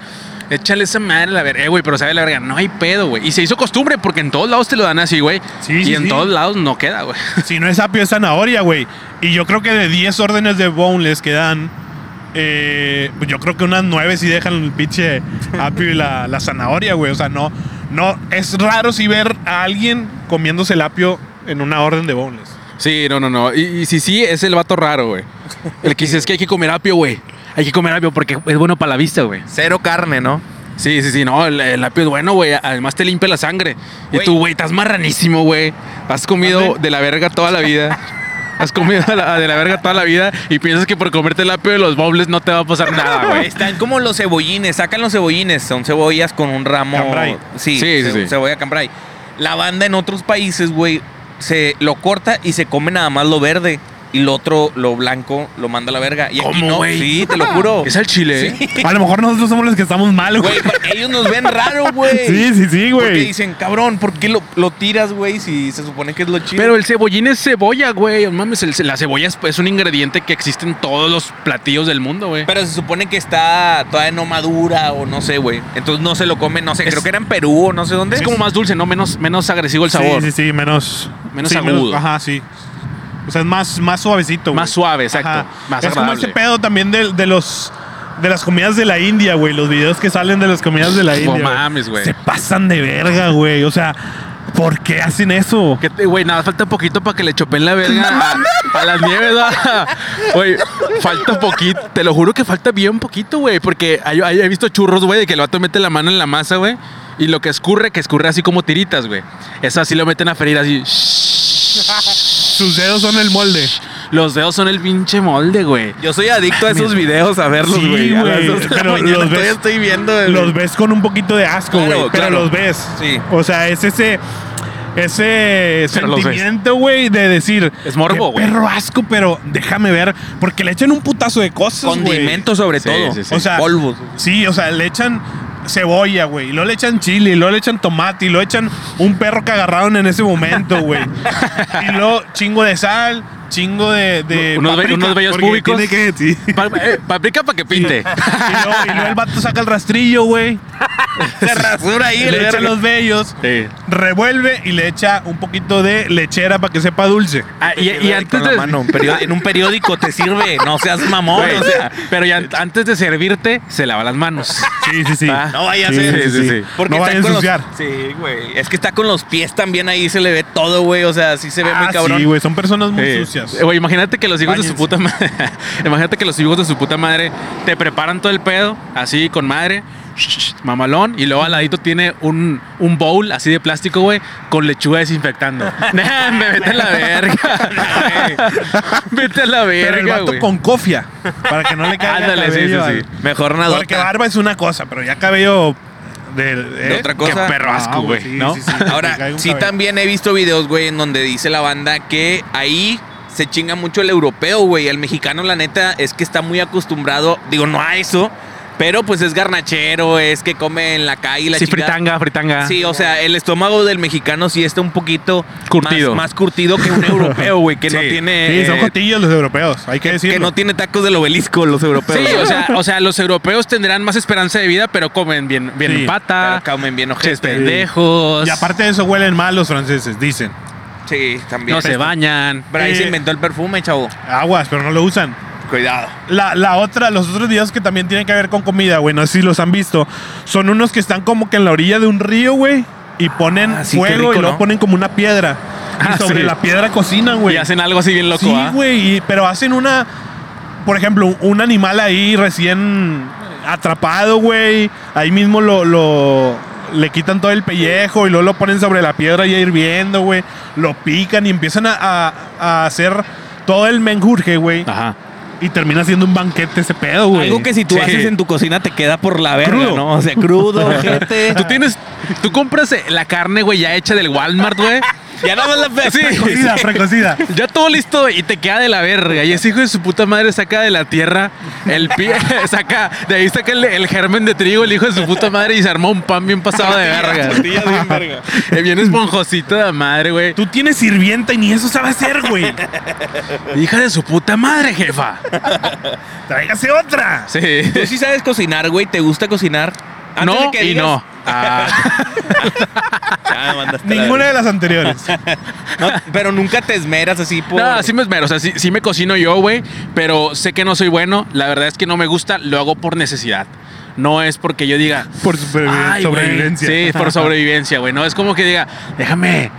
Speaker 1: Échale esa madre, la verga. Eh, güey, pero sabe la verga, no hay pedo, güey. Y se hizo costumbre porque en todos lados te lo dan así, güey.
Speaker 2: Sí,
Speaker 1: y
Speaker 2: sí,
Speaker 1: en
Speaker 2: sí.
Speaker 1: todos lados no queda, güey.
Speaker 2: Si no es apio, es zanahoria, güey. Y yo creo que de 10 órdenes de boneless que dan, eh, pues yo creo que unas 9 sí dejan el pinche apio y la, la zanahoria, güey. O sea, no, no, es raro si ver a alguien comiéndose el apio en una orden de boneless.
Speaker 1: Sí, no, no, no. Y, y si sí, es el vato raro, güey. El que dice es que hay que comer apio, güey. Hay que comer apio porque es bueno para la vista, güey.
Speaker 3: Cero carne, ¿no?
Speaker 1: Sí, sí, sí, no, el, el apio es bueno, güey. Además te limpia la sangre.
Speaker 3: Güey.
Speaker 1: Y tú, güey, estás marranísimo, güey. Has comido
Speaker 2: Ándale.
Speaker 1: de la verga toda la vida. has comido a la- de la verga toda la vida y piensas que por comerte el apio de los bobles no te va a pasar nada, güey.
Speaker 3: Pues, Están como los cebollines, sacan los cebollines, son cebollas con un ramo.
Speaker 2: Cambray.
Speaker 1: Sí,
Speaker 3: Sí,
Speaker 1: sí,
Speaker 3: ce-
Speaker 1: sí.
Speaker 3: cebolla cambray. La banda en otros países, güey, se lo corta y se come nada más lo verde. Y lo otro, lo blanco, lo manda a la verga. Y aquí
Speaker 1: ¿Cómo,
Speaker 3: no,
Speaker 1: güey?
Speaker 3: sí, te lo juro.
Speaker 1: Es al chile, ¿eh?
Speaker 2: A lo mejor nosotros somos los que estamos mal, güey.
Speaker 3: Güey, pa- ellos nos ven raro, güey.
Speaker 2: Sí, sí, sí,
Speaker 3: Porque
Speaker 2: güey.
Speaker 3: dicen, cabrón, ¿por qué lo, lo tiras, güey? Si se supone que es lo chido.
Speaker 1: Pero el cebollín es cebolla, güey. No Mames, el- la cebolla es, es un ingrediente que existe en todos los platillos del mundo, güey.
Speaker 3: Pero se supone que está todavía no madura o no sé, güey. Entonces no se lo comen, no sé,
Speaker 1: Es-
Speaker 3: creo que era en Perú o no sé dónde.
Speaker 1: Es como más dulce, ¿no? Menos, menos agresivo el sabor.
Speaker 2: Sí, sí, sí, menos.
Speaker 1: Menos
Speaker 2: sí,
Speaker 1: agudo.
Speaker 2: ajá, sí. O sea, es más, más suavecito. güey.
Speaker 1: Más suave, exacto.
Speaker 2: Ajá.
Speaker 1: Más
Speaker 2: es como
Speaker 1: agradable.
Speaker 2: ese pedo también de, de los. De las comidas de la India, güey. Los videos que salen de las comidas de la
Speaker 1: No
Speaker 2: India. güey.
Speaker 1: mames, güey.
Speaker 2: Se pasan de verga, güey. O sea, ¿por qué hacen eso?
Speaker 1: Que te- Güey, nada, falta poquito para que le chopen la verga a, a las nieves, ¿verdad? Güey, falta poquito. Te lo juro que falta bien poquito, güey. Porque hay- hay- he visto churros, güey, de que el vato mete la mano en la masa, güey. Y lo que escurre, que escurre así como tiritas, güey. Eso así lo meten a freír así.
Speaker 2: Sus dedos son el molde.
Speaker 1: Los dedos son el pinche molde, güey.
Speaker 3: Yo soy adicto a esos videos, a verlos,
Speaker 2: Sí,
Speaker 3: güey. a las
Speaker 2: güey,
Speaker 3: dos de la
Speaker 2: pero
Speaker 3: mañana
Speaker 2: los ves-
Speaker 3: todavía estoy viendo. güey.
Speaker 2: Los ves con un poquito de asco, güey.
Speaker 3: Claro,
Speaker 2: pero
Speaker 3: claro.
Speaker 2: los ves.
Speaker 3: Sí.
Speaker 2: O sea, es ese. Ese
Speaker 1: Pero los ves.
Speaker 2: sentimiento, güey, de decir.
Speaker 1: Es morbo,
Speaker 2: "Qué
Speaker 1: güey."
Speaker 2: Perro asco, pero déjame ver. Porque le echan un putazo de cosas, güey.
Speaker 3: Condimentos sobre
Speaker 1: Sí,
Speaker 3: todo.
Speaker 1: sí, sí.
Speaker 2: O sea,
Speaker 3: polvos.
Speaker 2: Sí, o sea, le echan cebolla, güey. Y luego le echan chile, y luego le echan tomate, y luego echan un perro que agarraron en ese momento, güey. y luego chingo de sal, chingo de. de
Speaker 1: Unos ve- unos vellos
Speaker 2: porque
Speaker 1: púbicos.
Speaker 2: tiene que- sí.
Speaker 1: Pa- eh, paprika para que pinte.
Speaker 2: y, luego, y luego el vato saca el rastrillo, güey.
Speaker 3: Se rasura ahí, el
Speaker 2: le echa
Speaker 3: verga.
Speaker 2: los vellos,
Speaker 1: Sí.
Speaker 2: revuelve y le echa un poquito de lechera para que sepa dulce.
Speaker 1: Ah, y, y
Speaker 3: Con la
Speaker 1: antes de,
Speaker 3: mano, un periódico- en un periódico te sirve, no seas mamón,
Speaker 1: Güey,
Speaker 3: o sea,
Speaker 1: pero ya an- antes de servirte, se lava las manos.
Speaker 2: Sí, sí, sí.
Speaker 1: Ah,
Speaker 3: no vaya a
Speaker 2: Sí,
Speaker 3: ser.
Speaker 2: sí, sí, sí. No vaya
Speaker 3: está
Speaker 2: a
Speaker 3: con los-
Speaker 2: ensuciar.
Speaker 3: Sí, güey. Es que está con los pies también ahí, se le ve todo, güey. O sea, sí se ve muy
Speaker 2: Ah,
Speaker 3: cabrón.
Speaker 2: Sí, güey, son personas muy
Speaker 1: Eh,
Speaker 2: sucias.
Speaker 1: eh, Güey, imagínate que los hijos de su
Speaker 2: Báñense.
Speaker 1: puta madre. imagínate que los hijos de su puta madre te preparan todo el pedo, así con madre, shh, shh, mamalón, y luego al ladito tiene un, un bowl así de plástico, güey, con lechuga desinfectando. Nah, me vete a la verga. vete a la
Speaker 2: Pero el
Speaker 1: verga,
Speaker 2: vato
Speaker 1: güey.
Speaker 2: con cofia, para que no le caiga
Speaker 1: Ándale, sí,
Speaker 2: cabello
Speaker 1: sí,
Speaker 2: al-
Speaker 1: sí.
Speaker 3: Mejor nada.
Speaker 2: Porque barba es una cosa, pero ya cabello de, ¿eh?
Speaker 3: otra cosa.
Speaker 2: Qué perro
Speaker 1: Ah,
Speaker 2: asco,
Speaker 1: güey,
Speaker 2: güey.
Speaker 1: ¿no?
Speaker 2: Me cae
Speaker 3: Ahora,
Speaker 2: un
Speaker 3: sí
Speaker 2: cabello.
Speaker 3: también he visto videos, güey, en donde dice la banda que ahí se chinga mucho el europeo, güey. El mexicano, la neta, es que está muy acostumbrado, digo, no a eso, pero pues es garnachero, es que come en la calle la
Speaker 1: sí,
Speaker 3: chingada.
Speaker 1: fritanga, fritanga.
Speaker 3: Sí, o sea, el estómago del mexicano sí está un poquito
Speaker 1: Curtido.
Speaker 3: Más, más curtido que un europeo, güey, que no
Speaker 1: Sí.
Speaker 3: tiene...
Speaker 2: Sí, son
Speaker 3: eh,
Speaker 2: cotillos los europeos, hay que decirlo.
Speaker 3: que no tiene tacos del obelisco los europeos.
Speaker 1: Sí,
Speaker 3: güey.
Speaker 1: o sea, o sea, los europeos tendrán más esperanza de vida, pero comen bien, bien
Speaker 2: Sí,
Speaker 1: en
Speaker 3: Pero
Speaker 1: pata,
Speaker 3: comen Ah, bien
Speaker 1: ches
Speaker 3: ojete.
Speaker 1: pendejos,
Speaker 2: Y aparte de eso huelen mal los franceses, dicen.
Speaker 3: Sí, también.
Speaker 1: no se bañan.
Speaker 3: Pero ahí se
Speaker 2: Eh.
Speaker 3: inventó el perfume, chavo.
Speaker 2: Aguas, pero no lo usan.
Speaker 3: Cuidado.
Speaker 2: La, la otra, los otros videos que también tienen que ver con comida, güey, no sé si los han visto, son unos que están como que en la orilla de un río, güey, y ponen
Speaker 3: Ah, sí, qué
Speaker 2: fuego
Speaker 3: rico,
Speaker 2: y luego
Speaker 3: ¿no?
Speaker 2: ponen como una piedra.
Speaker 1: Ah,
Speaker 2: y sobre
Speaker 1: sí.
Speaker 2: la piedra cocinan, güey.
Speaker 1: Y hacen algo así bien loco,
Speaker 2: Sí,
Speaker 1: ¿ah?
Speaker 2: güey, y- pero hacen una, por ejemplo, un- un animal ahí recién atrapado, güey, ahí mismo lo, lo- le quitan todo el pellejo y luego lo ponen sobre la piedra ya hirviendo, güey, lo pican y empiezan a, a- a hacer todo el menjurje, güey,
Speaker 1: Ajá.
Speaker 2: y termina siendo un banquete ese pedo, güey.
Speaker 3: Algo que si tú
Speaker 1: Sí.
Speaker 3: haces en tu cocina te queda por la verga,
Speaker 2: Crudo.
Speaker 3: ¿no? O sea, crudo, gente.
Speaker 1: Tú tienes, tú compras eh, la carne, güey, ya hecha del Walmart, güey.
Speaker 3: Ya nada más la fe.
Speaker 1: Sí.
Speaker 2: Precocida, precocida.
Speaker 1: Ya todo listo y te queda de la verga. Y ese hijo de su puta madre saca de la tierra el pie, saca, de ahí saca el, el germen de trigo, el hijo de su puta madre, y se armó un pan bien pasado de verga. Eh, Bien esponjosito de madre, güey.
Speaker 2: Tú tienes sirvienta y ni eso sabe hacer, güey.
Speaker 1: Hija de su puta madre, jefa.
Speaker 2: Tráigase otra.
Speaker 1: Sí.
Speaker 3: Tú sí sabes cocinar, güey. ¿Te gusta cocinar? Antes
Speaker 1: no
Speaker 3: de que
Speaker 1: y
Speaker 3: digas-
Speaker 1: no. Ah,
Speaker 3: Ah, me mandaste la
Speaker 2: Ninguna
Speaker 3: verga.
Speaker 2: de las anteriores.
Speaker 3: No, pero nunca te esmeras así por.
Speaker 1: no, sí me esmero. O sea, sí, sí me cocino yo, güey. Pero sé que no soy bueno. La verdad es que no me gusta. Lo hago por necesidad. No es porque yo diga,
Speaker 2: Por supervi-
Speaker 1: Ay, güey.
Speaker 2: sobrevivencia.
Speaker 1: Sí, por sobrevivencia, güey. No es como que diga, déjame,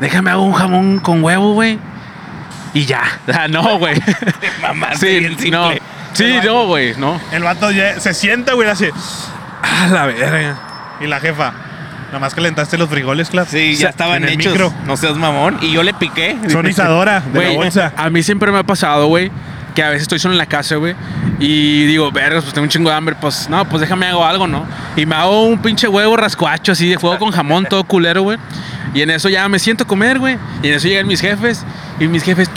Speaker 1: déjame hago un jamón con huevo, güey. Y ya. Ah, no, güey.
Speaker 3: Mamaste bien
Speaker 1: sí,
Speaker 3: simple.
Speaker 1: no. Sí, no, güey, no.
Speaker 2: El vato ya se sienta, güey, y le hace. Ah, la verga. Y la jefa. Nada más calentaste los frijoles, Clap.
Speaker 3: Sí, ya estaban
Speaker 2: en el
Speaker 3: hechos.
Speaker 2: micro.
Speaker 3: No seas mamón. Y yo le piqué.
Speaker 2: Sonizadora de
Speaker 1: Güey,
Speaker 2: la bolsa.
Speaker 3: ah,
Speaker 1: A mí siempre me ha pasado, güey, que a veces estoy solo en la casa, güey, y digo, vergas, pues tengo un chingo de hambre, pues no, pues déjame hago algo, ¿no? Y me hago un pinche huevo rascuacho así de fuego con jamón, todo culero, güey. Y en eso ya me siento a comer, güey. Y en eso llegan mis jefes, y mis jefes,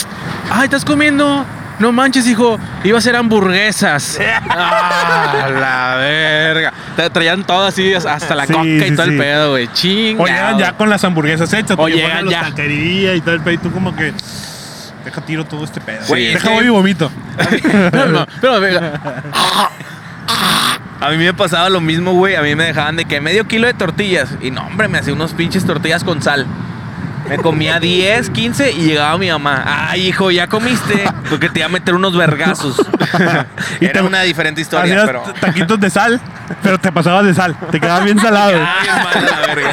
Speaker 1: ay, estás comiendo. No manches, hijo, iba a ser hamburguesas. ¡Ah, la verga! Te traían todo así, hasta la
Speaker 2: Sí,
Speaker 1: coca y
Speaker 2: sí,
Speaker 1: todo el
Speaker 2: sí.
Speaker 1: pedo, güey. Chinga.
Speaker 2: O llegan ya con las hamburguesas hechas.
Speaker 1: O
Speaker 2: te llevan
Speaker 1: llegan
Speaker 2: a los
Speaker 1: ya.
Speaker 2: taquería y tal, pero y tú como que... Deja tiro todo este pedo.
Speaker 3: Güey,
Speaker 2: Deja
Speaker 3: es que-
Speaker 2: voy y vomito.
Speaker 1: Pero, no, pero, venga.
Speaker 3: A mí me pasaba lo mismo, güey. A mí me dejaban de que medio kilo de tortillas. Y no, hombre, me hacía unos pinches tortillas con sal. Me comía 10, 15 y llegaba mi mamá. Ay, hijo, ya comiste. Porque te iba a meter unos vergazos.
Speaker 2: Y
Speaker 3: Era
Speaker 2: te-
Speaker 3: una diferente historia,
Speaker 2: Hacías
Speaker 3: pero.
Speaker 2: t- taquitos de sal, pero te pasabas de sal. Te quedabas bien salado.
Speaker 3: Ay, hermano, la verga.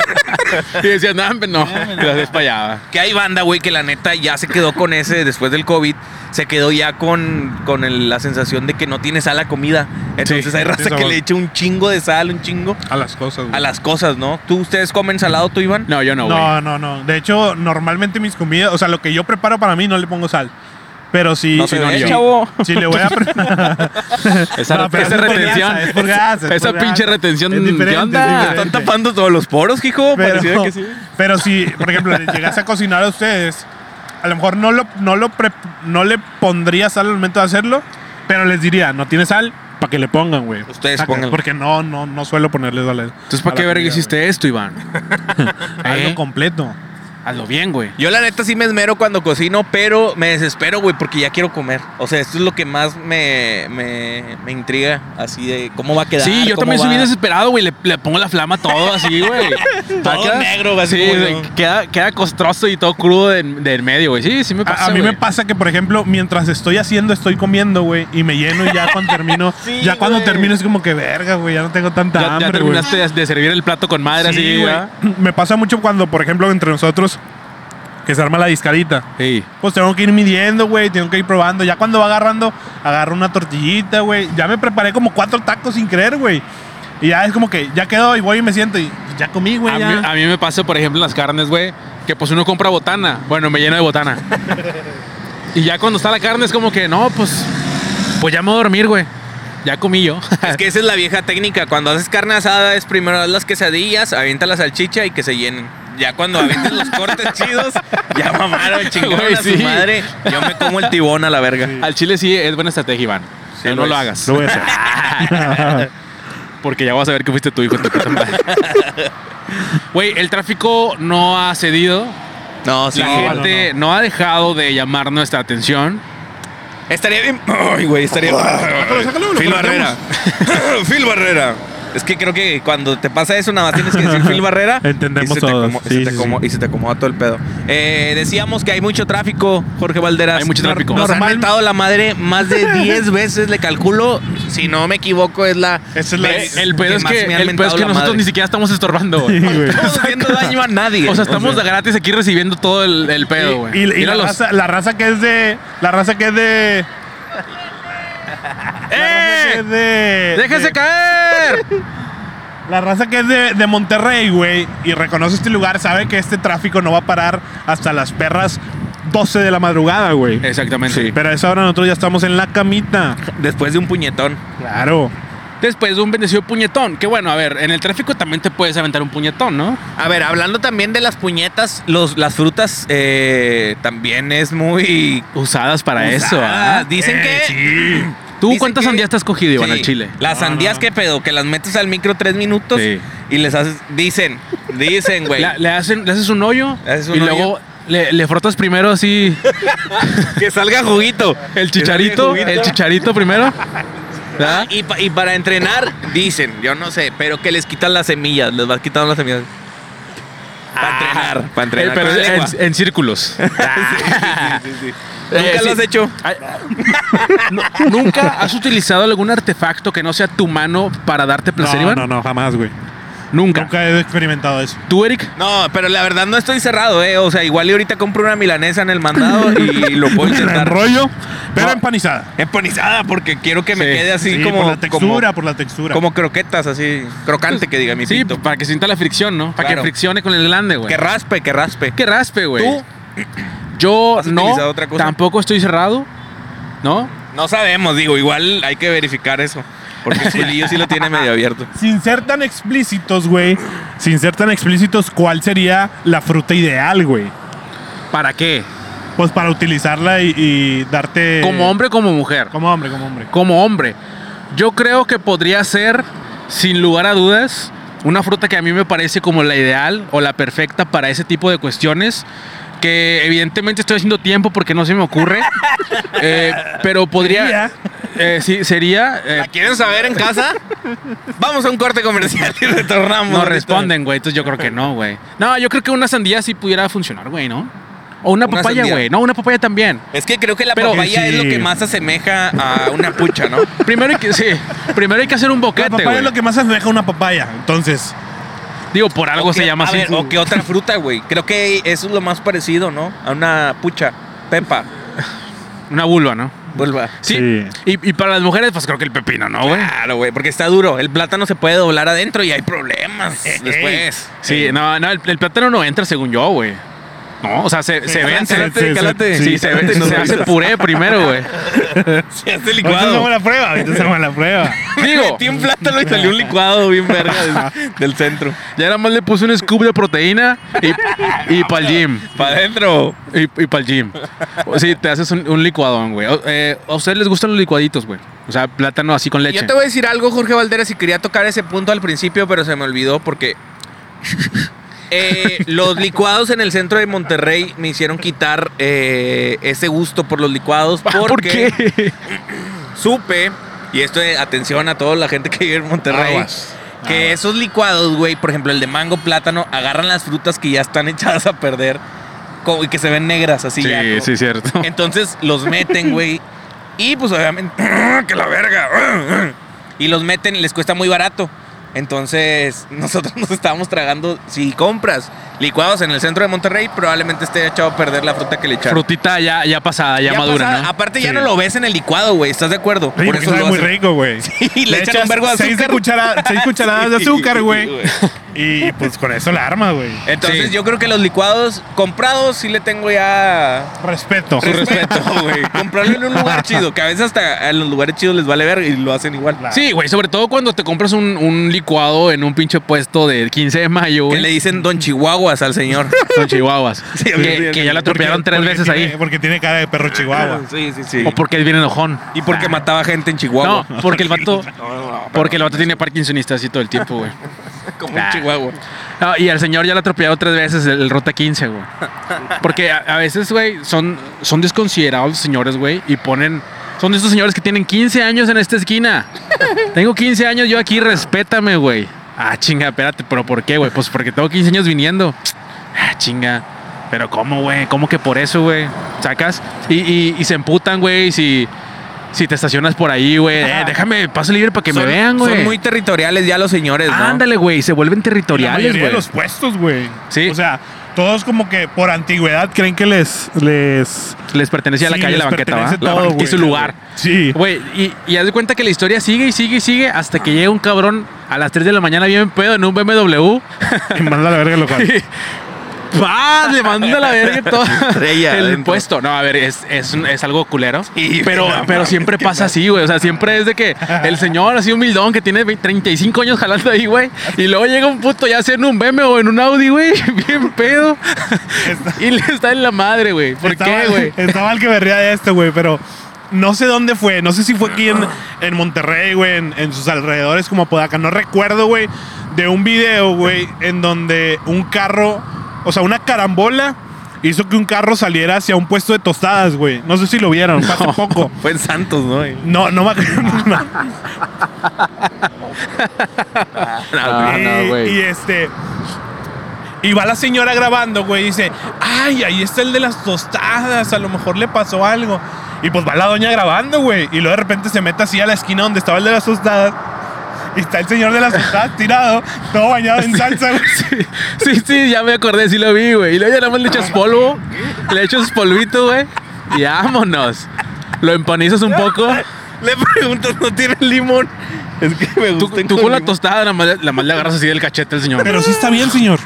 Speaker 1: Y decía, no, hombre, no. Y las despayaba.
Speaker 3: Que hay banda, güey, que la neta ya se quedó con ese después del COVID. Se quedó ya con, con el- la sensación de que no tiene sal la comida. Entonces
Speaker 2: Sí,
Speaker 3: hay
Speaker 2: sí,
Speaker 3: raza que
Speaker 2: sabor.
Speaker 3: le echa un chingo de sal, un chingo
Speaker 2: A las cosas, güey.
Speaker 3: a las cosas, ¿no? ¿Tú, ustedes comen salado, tú, Iván?
Speaker 1: No, yo no, güey.
Speaker 2: No, no, no. De hecho, normalmente mis comidas, o sea, lo que yo preparo para mí no le pongo sal. Pero si,
Speaker 3: No
Speaker 2: si,
Speaker 3: se ve,
Speaker 2: si-
Speaker 3: chavo.
Speaker 2: si le voy a preparar.
Speaker 1: Esa,
Speaker 2: pero
Speaker 1: esa
Speaker 2: es por
Speaker 1: retención.
Speaker 2: grasa, es por grasa, es
Speaker 1: esa
Speaker 2: por
Speaker 1: pinche
Speaker 2: grasa.
Speaker 1: retención.
Speaker 2: Es diferente,
Speaker 1: ¿Qué
Speaker 2: es
Speaker 1: onda?
Speaker 2: diferente.
Speaker 3: Están tapando todos los poros, hijo. Parecía
Speaker 2: pero,
Speaker 3: que sí.
Speaker 2: pero si, por ejemplo, les llegase a cocinar a ustedes, a lo mejor no, lo, no, lo pre- no le pondría sal al momento de hacerlo, pero les diría, no tiene sal, para que le pongan, güey.
Speaker 3: Ustedes
Speaker 2: Saca,
Speaker 3: pónganlo.
Speaker 2: Porque no, no, no suelo ponerles sal.
Speaker 1: Entonces, ¿para qué verga hiciste esto, Iván? ¿Eh?
Speaker 2: Algo completo.
Speaker 1: Hazlo bien, güey.
Speaker 3: Yo la neta sí me esmero cuando cocino, pero me desespero, güey, porque ya quiero comer. O sea, esto es lo que más me, me, me intriga, así de cómo va a quedar.
Speaker 1: Sí, yo
Speaker 3: cómo
Speaker 1: también soy
Speaker 3: va.
Speaker 1: bien desesperado, güey. Le, le pongo la flama a todo así, güey.
Speaker 3: Todo
Speaker 1: Acá-
Speaker 3: negro, güey, así
Speaker 1: Sí,
Speaker 3: como
Speaker 1: de-
Speaker 3: yo.
Speaker 1: queda, queda costroso y todo crudo de, de en medio, güey. Sí, sí me pasa.
Speaker 2: A, a mí
Speaker 1: güey.
Speaker 2: me pasa que, por ejemplo, mientras estoy haciendo, estoy comiendo, güey, y me lleno y ya cuando termino,
Speaker 3: Sí,
Speaker 2: ya cuando
Speaker 3: güey.
Speaker 2: termino es como que verga, güey, ya no tengo tanta
Speaker 1: Ya- Ya,
Speaker 2: hambre, güey".
Speaker 1: terminaste de, de servir el plato con madre,
Speaker 2: Sí,
Speaker 1: así,
Speaker 2: güey.
Speaker 1: ¿verdad?
Speaker 2: Me pasa mucho cuando, por ejemplo, entre nosotros, que se arma la discarita.
Speaker 1: Sí.
Speaker 2: Pues tengo que ir midiendo, güey, tengo que ir probando. Ya cuando va agarrando, agarro una tortillita, güey. Ya me preparé como cuatro tacos sin creer, güey. Y ya es como que ya quedó y voy y me siento y ya comí, güey.
Speaker 1: A
Speaker 2: ya.
Speaker 1: mí, a mí me pasa, por ejemplo, en las carnes, güey, que pues uno compra botana. Bueno, me lleno de botana. y ya cuando está la carne es como que, no, pues, pues ya me voy a dormir, güey. Ya comí yo.
Speaker 3: Es que esa es la vieja técnica. Cuando haces carne asada es primero haz las quesadillas, avienta la salchicha y que se llenen. Ya cuando avientas los cortes chidos, ya mamaron, chingaron
Speaker 1: Güey,
Speaker 3: a
Speaker 1: sí.
Speaker 3: su madre. Yo me como el tibón a la verga.
Speaker 1: Al chile sí es buena estrategia, Iván.
Speaker 3: Sí,
Speaker 1: Pero
Speaker 3: lo
Speaker 1: no lo
Speaker 3: es.
Speaker 1: hagas.
Speaker 2: Lo voy a hacer.
Speaker 1: Porque ya vas a ver que fuiste tu hijo. tu puta madre. Güey, el tráfico no ha cedido.
Speaker 3: No, sí.
Speaker 1: La
Speaker 2: No,
Speaker 1: gente no, ha dejado de llamar nuestra atención.
Speaker 3: Estaría bien. Ay, güey, estaría.
Speaker 2: Sácalo, sácalo, lo
Speaker 3: Phil
Speaker 2: cortamos.
Speaker 3: Barrera. Phil Barrera. Es que creo que cuando te pasa eso, nada más tienes que decir Phil Barrera.
Speaker 2: Entendemos
Speaker 3: y se te
Speaker 2: todos.
Speaker 3: acomo- y
Speaker 2: Sí,
Speaker 3: se te
Speaker 2: sí,
Speaker 3: acomo-
Speaker 2: sí.
Speaker 3: Y se te acomoda todo el pedo. Eh, decíamos que hay mucho tráfico, Jorge Valderas.
Speaker 1: Hay mucho
Speaker 3: Nor-
Speaker 1: tráfico.
Speaker 3: Nos han
Speaker 2: Normal-
Speaker 3: mentado la madre más de 10 veces, le calculo. Si no me equivoco, es la.
Speaker 2: Esa es la-
Speaker 3: vez
Speaker 1: El pedo es
Speaker 3: más
Speaker 1: que,
Speaker 3: me han
Speaker 1: el pedo es
Speaker 3: mentado
Speaker 1: que
Speaker 3: la
Speaker 1: nosotros
Speaker 3: madre.
Speaker 1: ni siquiera estamos estorbando, güey.
Speaker 2: Sí, güey.
Speaker 3: No estamos haciendo daño a nadie.
Speaker 1: O sea, estamos de gratis aquí recibiendo todo el, el pedo, güey.
Speaker 2: Y, y la,
Speaker 1: Míralos.
Speaker 2: raza, la raza que es de. La raza que es de. la raza que
Speaker 1: ¡Eh!
Speaker 2: es de-
Speaker 1: ¡Déjese
Speaker 2: de-
Speaker 1: caer!
Speaker 2: La raza que es de, de Monterrey, güey, y reconoce este lugar, sabe que este tráfico no va a parar hasta las perras 12 de la madrugada, güey.
Speaker 1: Exactamente.
Speaker 2: Pero a esa hora nosotros ya estamos en la camita.
Speaker 3: Después de un puñetón.
Speaker 2: Claro.
Speaker 1: Después de un bendecido puñetón. Que bueno, a ver, en el tráfico también te puedes aventar un puñetón, ¿no?
Speaker 3: A ver, hablando también de las puñetas, los, las frutas eh, también es muy
Speaker 1: Usadas para eso.
Speaker 3: Ah,
Speaker 1: ¿ah?
Speaker 3: Dicen
Speaker 2: Eh,
Speaker 3: que.
Speaker 2: Sí.
Speaker 1: ¿Tú
Speaker 3: dicen
Speaker 1: cuántas
Speaker 3: que-
Speaker 1: sandías te has cogido, Iván,
Speaker 3: Sí,
Speaker 1: al chile?
Speaker 3: Las
Speaker 2: No,
Speaker 3: sandías,
Speaker 2: no.
Speaker 3: ¿qué pedo? Que las metes al micro tres minutos
Speaker 1: Sí.
Speaker 3: y les haces. Dicen, dicen, güey.
Speaker 1: La- le, hacen, le haces un hoyo
Speaker 3: Le haces un
Speaker 1: y luego
Speaker 3: hoyo.
Speaker 1: le, le frotas primero así
Speaker 3: que salga juguito.
Speaker 1: el chicharito,
Speaker 3: Que salga
Speaker 1: el ¿Ah?
Speaker 3: juguito. Ah,
Speaker 1: chicharito primero. ¿verdad?
Speaker 3: Y, pa- y para entrenar, dicen, yo no sé, pero que les quitan las semillas, les vas quitando las semillas. Para entrenar, para
Speaker 1: Eh,
Speaker 3: entrenar.
Speaker 1: pero
Speaker 3: con la lengua.
Speaker 1: en, en círculos.
Speaker 3: ¿Nunca
Speaker 1: Eh, sí.
Speaker 3: lo has hecho?
Speaker 1: Ay, no, ¿Nunca has utilizado algún artefacto que no sea tu mano para darte placer,
Speaker 2: No,
Speaker 1: Iván?
Speaker 2: no, no, jamás, güey.
Speaker 1: Nunca.
Speaker 2: Nunca he experimentado eso.
Speaker 1: ¿Tú, Eric?
Speaker 3: No, pero la verdad no estoy cerrado, ¿eh? O sea, igual y ahorita compro una milanesa en el mandado y lo puedo
Speaker 2: En
Speaker 3: intentar.
Speaker 2: rollo, pero
Speaker 3: No.
Speaker 2: empanizada.
Speaker 3: Empanizada, porque quiero que me
Speaker 1: Sí,
Speaker 3: quede así
Speaker 2: Sí,
Speaker 3: como.
Speaker 2: por la textura,
Speaker 3: como-
Speaker 2: por la textura.
Speaker 3: Como croquetas, así. Crocante, que diga mi
Speaker 1: Sí,
Speaker 3: pito.
Speaker 1: para que sienta la fricción, ¿no? Para
Speaker 3: Claro.
Speaker 1: que friccione con el glande, güey.
Speaker 3: Que raspe, que raspe.
Speaker 1: Que raspe, güey.
Speaker 3: Tú
Speaker 1: Yo
Speaker 3: ¿Has
Speaker 1: no,
Speaker 3: utilizado otra cosa?
Speaker 1: tampoco estoy cerrado, ¿no?
Speaker 3: no sabemos, digo, igual hay que verificar eso. Porque Julio sí lo tiene medio abierto.
Speaker 2: Sin ser tan explícitos, güey. Sin ser tan explícitos, ¿cuál sería la fruta ideal, güey?
Speaker 1: ¿Para qué?
Speaker 2: Pues para utilizarla y, y darte.
Speaker 1: Como hombre, como mujer.
Speaker 2: Como hombre, como hombre.
Speaker 1: Como hombre. Yo creo que podría ser, sin lugar a dudas, una fruta que a mí me parece como la ideal o la perfecta para ese tipo de cuestiones. Que evidentemente estoy haciendo tiempo porque no se me ocurre. Eh, pero podría.
Speaker 2: Sería.
Speaker 1: eh, sí, sería. eh,
Speaker 3: ¿La quieren saber en casa? Vamos a un corte comercial y retornamos.
Speaker 1: No
Speaker 3: Ahorita.
Speaker 1: responden, güey. Entonces yo creo que no, güey. No, yo creo que una sandía sí pudiera funcionar, güey, ¿no? O una
Speaker 3: Una
Speaker 1: papaya,
Speaker 3: sandía.
Speaker 1: güey. No, una papaya también.
Speaker 3: Es que creo que la
Speaker 1: Pero-
Speaker 3: papaya es lo
Speaker 2: Sí.
Speaker 3: que más asemeja a una pucha, ¿no?
Speaker 1: Primero hay que, sí, primero hay que hacer un
Speaker 2: La
Speaker 1: boquete,
Speaker 2: papaya
Speaker 1: güey.
Speaker 2: es lo que más asemeja a una papaya. Entonces,
Speaker 1: Digo, por algo
Speaker 3: O
Speaker 1: se
Speaker 3: que-
Speaker 1: llama
Speaker 3: a
Speaker 1: así.
Speaker 3: ver,
Speaker 1: su-
Speaker 3: o que otra fruta, güey. Creo que eso es lo más parecido, ¿no? A una pucha. Pepa.
Speaker 1: Una vulva, ¿no?
Speaker 3: Vuelva.
Speaker 1: Sí.
Speaker 2: Sí.
Speaker 1: Y, y para las mujeres, pues creo que el pepino, ¿no, güey?
Speaker 3: Claro, güey, porque está duro. El plátano se puede doblar adentro y hay problemas
Speaker 2: Ey.
Speaker 3: después.
Speaker 1: Sí, no, no, el, el plátano no entra según yo, güey. No, o sea, se, se vence.
Speaker 2: cálate,
Speaker 1: Sí,
Speaker 2: cálate.
Speaker 1: sí,
Speaker 2: sí,
Speaker 1: se,
Speaker 2: cálate,
Speaker 1: vence,
Speaker 2: no
Speaker 1: se
Speaker 2: lo
Speaker 1: hace
Speaker 2: digas.
Speaker 1: puré primero, güey.
Speaker 3: Se hace
Speaker 2: ahorita
Speaker 3: licuado.
Speaker 2: hacemos la prueba. Ahorita hacemos la prueba.
Speaker 1: Digo,
Speaker 3: Metí un plátano y salió un licuado bien verga del, del centro.
Speaker 1: ya nada más le puse un scoop de proteína y, y para el gym.
Speaker 3: Para adentro.
Speaker 1: Y, para el gym. O- Sí, te haces un, un licuadón, güey. O- eh, ¿A ustedes les gustan los licuaditos, güey? O sea, plátano así con leche.
Speaker 3: Yo te voy a decir algo, Jorge Valderas, y quería tocar ese punto al principio, pero se me olvidó porque eh, los licuados en el centro de Monterrey me hicieron quitar eh, ese gusto por los licuados porque
Speaker 1: ¿Por qué?
Speaker 3: supe, y esto eh, atención a toda la gente que vive en Monterrey,
Speaker 2: Aguas.
Speaker 3: que esos licuados, güey, por ejemplo, el de mango, plátano, agarran las frutas que ya están echadas a perder como- y que se ven negras así. ya,
Speaker 1: Sí,
Speaker 3: como-
Speaker 1: sí, cierto.
Speaker 3: entonces los meten, güey. Y pues obviamente, que la verga. y los meten y les cuesta muy barato. Entonces, nosotros nos estábamos tragando, si compras licuados en el centro de Monterrey, probablemente esté echado a perder la fruta que le echaron.
Speaker 1: Frutita ya, ya pasada, ya,
Speaker 3: Ya
Speaker 1: madura,
Speaker 3: pasada,
Speaker 1: ¿no?
Speaker 3: Aparte, ya
Speaker 2: Sí.
Speaker 3: no lo ves en el licuado, güey. ¿Estás de acuerdo?
Speaker 2: Sí, porque sabe
Speaker 3: lo
Speaker 2: muy
Speaker 3: hacen.
Speaker 2: rico, güey.
Speaker 3: Y le, echan un vergo de
Speaker 2: seis, de
Speaker 3: azúcar.
Speaker 2: cuchara- seis cucharadas de
Speaker 3: Sí,
Speaker 2: azúcar, güey.
Speaker 3: güey.
Speaker 2: Y pues con eso la arma, güey.
Speaker 3: Entonces,
Speaker 1: Sí.
Speaker 3: yo creo que los licuados comprados sí le tengo ya
Speaker 2: Respeto.
Speaker 3: Su respeto, güey. Comprarlo en un lugar chido, que a veces hasta a los lugares chidos les vale ver y lo hacen igual.
Speaker 2: Claro.
Speaker 1: Sí, güey, sobre todo cuando te compras un, un licuado en un pinche puesto del 15 de mayo,
Speaker 3: Que le
Speaker 1: güey.
Speaker 3: dicen Don Chihuahuas al señor.
Speaker 1: Con chihuahuas.
Speaker 3: Sí, a mí sí,
Speaker 1: que,
Speaker 3: a
Speaker 1: que
Speaker 3: mí
Speaker 1: ya la
Speaker 3: sí.
Speaker 1: atropellaron tres
Speaker 2: Porque
Speaker 1: veces
Speaker 2: tiene-
Speaker 1: ahí.
Speaker 2: Porque tiene cara de perro chihuahua.
Speaker 3: Sí, sí, sí.
Speaker 1: O porque es bien enojón. Ah.
Speaker 3: Y porque mataba gente en Chihuahua.
Speaker 1: No, porque el vato,
Speaker 3: no,
Speaker 1: porque el vato tiene parkinsonista así todo el tiempo, güey.
Speaker 3: como un Chihuahua.
Speaker 1: Ah, y al señor ya lo atropellaron tres veces el, el Ruta 15, güey. Porque a, a veces, güey, son, son desconsiderados los señores, güey, y ponen... Son de estos señores que tienen 15 años en esta esquina. Tengo 15 años yo aquí, respétame, güey. Ah, chinga, espérate, ¿pero por qué, güey? Pues porque tengo 15 años viniendo. Ah, chinga. Pero ¿cómo, güey? ¿Cómo que por eso, güey? ¿Sacas? Y, y- y se emputan, güey, si, si te estacionas por ahí, güey. Eh, déjame paso libre para que
Speaker 3: Son-
Speaker 1: me vean, güey.
Speaker 3: Son muy territoriales ya los señores, ¿no?
Speaker 1: Ándale, güey, se vuelven
Speaker 2: la
Speaker 1: territoriales,
Speaker 2: mayoría
Speaker 1: güey.
Speaker 2: de los puestos, güey.
Speaker 1: Sí.
Speaker 2: O sea, todos como que por antigüedad creen que les. les
Speaker 1: les pertenecía a la
Speaker 2: sí,
Speaker 1: calle
Speaker 2: les
Speaker 1: la banqueta, ¿va?
Speaker 2: pertenece
Speaker 1: La
Speaker 2: todo,
Speaker 1: banqueta y
Speaker 2: güey.
Speaker 1: su lugar.
Speaker 2: Sí.
Speaker 1: Güey, y, y haz de cuenta que la historia sigue y sigue y sigue hasta que llega un cabrón a las 3 de la mañana bien pedo en un BMW.
Speaker 2: Y manda a la verga el local.
Speaker 1: ¡Pah! Le manda a la verga todo
Speaker 3: Estrella
Speaker 1: el
Speaker 3: adentro.
Speaker 1: puesto. No, a ver, es, es, un- es algo culero.
Speaker 3: Sí, Ah,
Speaker 1: pero
Speaker 3: no
Speaker 1: pero
Speaker 3: mames,
Speaker 1: siempre
Speaker 3: qué
Speaker 1: pasa así, güey. O sea, siempre es de que el señor así humildón que tiene 20, 35 años jalando ahí, güey. Y luego llega un puto ya sea en un BMW o en un Audi, güey. Bien pedo.
Speaker 2: Este,
Speaker 1: Y le está en la madre, güey. ¿Por
Speaker 2: Estaba-
Speaker 1: qué, güey?
Speaker 2: Estaba el que berría de este, güey, pero no sé dónde fue. No sé si fue aquí en, en Monterrey, güey, en, en sus alrededores como Podaca. No recuerdo, güey, de un video, güey, en donde un carro, o sea, una carambola hizo que un carro saliera hacia un puesto de tostadas, güey. No sé si lo vieron, fue hace poco.
Speaker 3: Fue en Santos, ¿no? Y-
Speaker 2: No, no me acuerdo.
Speaker 1: Ah,
Speaker 2: y,
Speaker 1: no, güey.
Speaker 2: y este. Y va la señora grabando, güey, y dice, ay, ahí está el de las tostadas, a lo mejor le pasó algo. Y pues va la doña grabando, güey. Y luego de repente se mete así a la esquina donde estaba el de las tostadas. Y está el señor de las tostadas tirado, todo bañado en salsa, güey.
Speaker 1: Sí, sí, ya me acordé, sí lo vi, güey. Y luego ya nada más le echas polvo, le echas polvito, güey. Y vámonos. Lo empanizas un poco.
Speaker 3: Le preguntas, ¿no tiene limón? Es que me
Speaker 1: Tú,
Speaker 3: gusta.
Speaker 1: tú con la tostada, nada más, nada más le agarras así del cachete al señor.
Speaker 2: Pero sí está bien, señor.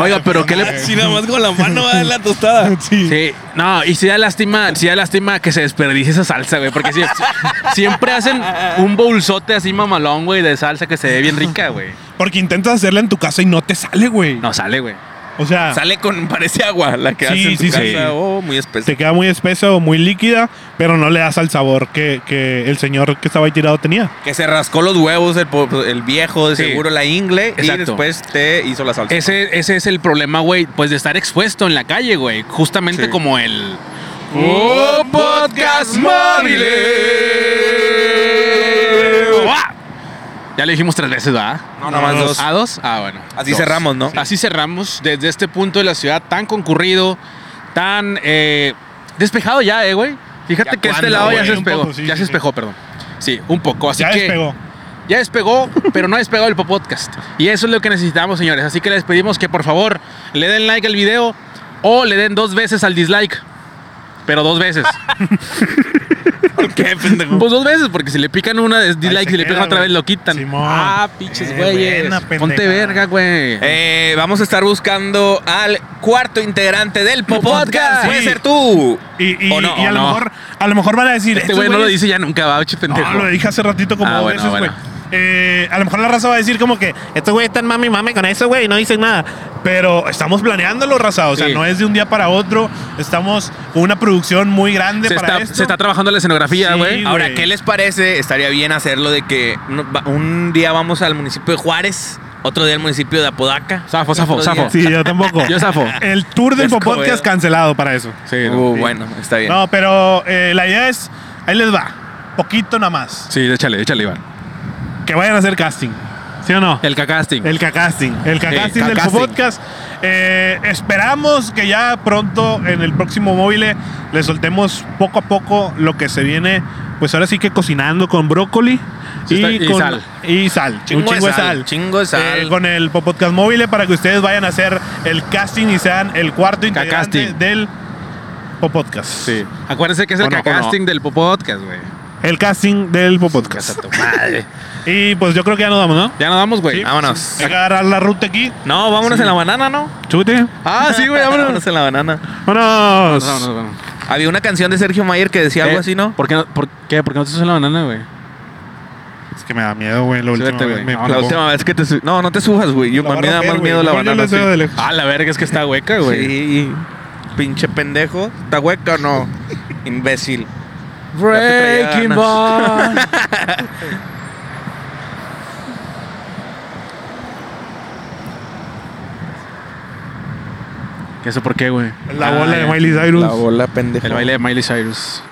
Speaker 1: Oiga, pero ¿qué le.?
Speaker 3: Si nada más con la mano va en la tostada.
Speaker 2: Sí.
Speaker 1: Sí, no, y sí da lástima, sí da lástima que se desperdicie esa salsa, güey, porque sí- siempre hacen un bolsote así mamalón, güey, de salsa que se ve bien rica, güey.
Speaker 2: Porque intentas hacerla en tu casa y no te sale, güey.
Speaker 1: No sale, güey.
Speaker 2: O sea,
Speaker 3: Sale con, parece agua la que
Speaker 2: Sí,
Speaker 3: hace en tu
Speaker 2: sí,
Speaker 3: casa.
Speaker 2: sí.
Speaker 3: Oh, muy espesa.
Speaker 2: te queda muy espesa o muy líquida, pero no le das al sabor que, que el señor que estaba ahí tirado tenía.
Speaker 3: Que se rascó los huevos el, po- el viejo, de
Speaker 1: Sí.
Speaker 3: seguro la ingle, y
Speaker 1: Exacto.
Speaker 3: después te hizo la salsa.
Speaker 1: Ese, ese es el problema, güey, pues de estar expuesto en la calle, güey. Justamente
Speaker 3: Sí.
Speaker 1: como el.
Speaker 3: ¡Oh, podcast móviles!
Speaker 1: ¡Uah! Ah. Ya le dijimos tres veces, ¿verdad?
Speaker 3: No, nada más dos.
Speaker 1: ¿A dos? Ah, bueno.
Speaker 3: Así
Speaker 1: Dos.
Speaker 3: cerramos, ¿no?
Speaker 1: Así cerramos desde este punto de la ciudad tan concurrido, tan eh, despejado ya, ¿eh, güey? Fíjate
Speaker 3: ¿Ya
Speaker 1: que este
Speaker 3: cuándo,
Speaker 1: lado ya
Speaker 2: güey?
Speaker 1: se
Speaker 2: Un
Speaker 1: despegó.
Speaker 2: poco,
Speaker 1: ya
Speaker 2: sí, sí,
Speaker 1: se
Speaker 2: sí.
Speaker 1: despejó, perdón. Sí, un poco. Así
Speaker 2: ya
Speaker 1: que
Speaker 2: despegó.
Speaker 1: ya despegó, pero no ha despegado el podcast. Y eso es lo que necesitamos, señores. Así que les pedimos que por favor le den like al video o le den dos veces al dislike. Pero dos veces.
Speaker 2: Ah.
Speaker 3: ¿Por qué, pendejo?
Speaker 1: Pues dos veces, porque si le pican una de
Speaker 2: Ahí
Speaker 1: dislike,
Speaker 2: se
Speaker 1: si le pican
Speaker 2: queda,
Speaker 1: otra
Speaker 2: güey.
Speaker 1: vez lo quitan.
Speaker 2: Simón.
Speaker 1: Ah, pinches
Speaker 2: Eh,
Speaker 1: güeyes.
Speaker 2: buena
Speaker 1: Ponte
Speaker 2: pendejada.
Speaker 1: verga, güey.
Speaker 3: Eh, vamos a estar buscando al cuarto integrante del Po Podcast.
Speaker 1: podcast.
Speaker 3: Puede
Speaker 2: Sí.
Speaker 3: ser tú.
Speaker 2: Y, y-
Speaker 3: ¿O no?
Speaker 2: y a,
Speaker 3: ¿O
Speaker 2: lo
Speaker 3: no?
Speaker 2: mejor, a lo mejor van a decir.
Speaker 1: Este
Speaker 2: "Estos
Speaker 1: güey no lo
Speaker 2: güeyes
Speaker 1: dice ya nunca, va, oche pendejo.
Speaker 2: No, lo dije hace ratito como
Speaker 1: Ah,
Speaker 2: dos
Speaker 1: bueno,
Speaker 2: veces, güey.
Speaker 1: bueno.
Speaker 2: Eh, a lo mejor la raza va a decir como que estos güeyes están mami mame con eso, güey, y no dicen nada. Pero estamos planeándolo, raza. O sea,
Speaker 1: Sí.
Speaker 2: no es de un día para otro. Estamos con una producción muy grande
Speaker 1: se,
Speaker 2: para
Speaker 1: está,
Speaker 2: esto.
Speaker 1: se está trabajando la escenografía,
Speaker 2: Sí,
Speaker 1: güey.
Speaker 2: güey.
Speaker 3: Ahora, ¿qué les parece? Estaría bien hacerlo de que un- va- un día vamos al municipio de Juárez, otro día al municipio de Apodaca.
Speaker 1: Zafo, zafo,
Speaker 3: Otro día-
Speaker 1: zafo.
Speaker 2: Sí, yo tampoco.
Speaker 1: Yo zafo.
Speaker 2: El tour del
Speaker 3: Escobedo.
Speaker 2: podcast cancelado para eso.
Speaker 1: Sí, no.
Speaker 3: Uh, bueno, está bien.
Speaker 2: No, pero eh, la idea es, ahí les va, poquito nada más,
Speaker 1: sí, échale, échale, Iván.
Speaker 2: que vayan a hacer casting, ¿sí o no?
Speaker 1: El cacasting.
Speaker 2: El cacasting. El cacasting del
Speaker 1: cacasting.
Speaker 2: podcast. Eh, esperamos que ya pronto, en el próximo móvil, le soltemos poco a poco lo que se viene. Pues ahora sí que cocinando con brócoli
Speaker 1: Sí, está- y
Speaker 2: con-
Speaker 1: sal.
Speaker 2: Y sal. un chingo de sal.
Speaker 3: Chingo de sal.
Speaker 2: Eh, con el podcast móvil para que ustedes vayan a hacer el casting y sean el cuarto integrante
Speaker 1: Cacasting.
Speaker 2: del podcast.
Speaker 1: Sí. Acuérdense que es el
Speaker 2: ¿O no? ¿O no?
Speaker 1: cacasting del podcast, güey.
Speaker 2: El casting del podcast.
Speaker 1: Casa tu madre.
Speaker 2: Y pues yo creo que ya nos damos, ¿no?
Speaker 1: Ya nos vamos, güey.
Speaker 2: Sí.
Speaker 3: Vámonos.
Speaker 2: Hay que agarrar la ruta aquí.
Speaker 3: No, vámonos en la banana, ¿no?
Speaker 2: Chúbete.
Speaker 1: Ah, sí, güey, vámonos.
Speaker 3: vámonos en la banana.
Speaker 2: Vámonos.
Speaker 1: Vámonos, vámonos, vámonos.
Speaker 3: Había una canción de Sergio Mayer que decía Pues, algo
Speaker 1: Eh,
Speaker 3: así, ¿no?
Speaker 1: ¿Por qué no, por, qué, por qué no te subes la banana, güey?
Speaker 2: Es que me da miedo, güey. La última
Speaker 1: Súbete,
Speaker 2: vez
Speaker 1: güey.
Speaker 2: me
Speaker 1: No,
Speaker 2: picó.
Speaker 3: La última vez que te subí. No, no te subas, güey. Yo
Speaker 2: La
Speaker 3: a mí me
Speaker 2: barra
Speaker 3: da
Speaker 2: P,
Speaker 3: más
Speaker 2: güey.
Speaker 3: miedo la
Speaker 2: Mejor yo
Speaker 3: banana.
Speaker 2: les veo de lejos.
Speaker 1: Ah, la verga, es que está hueca,
Speaker 3: sí.
Speaker 1: güey.
Speaker 3: Sí. Pinche pendejo. ¿Está hueca o no? Imbécil.
Speaker 1: Breaking
Speaker 3: Ya te traía
Speaker 1: Ball. ¿Eso por qué, güey?
Speaker 2: La
Speaker 1: Ah,
Speaker 2: bola de
Speaker 1: ya.
Speaker 2: Miley Cyrus.
Speaker 3: bola pendeja. Ah,
Speaker 1: El baile de Miley Cyrus.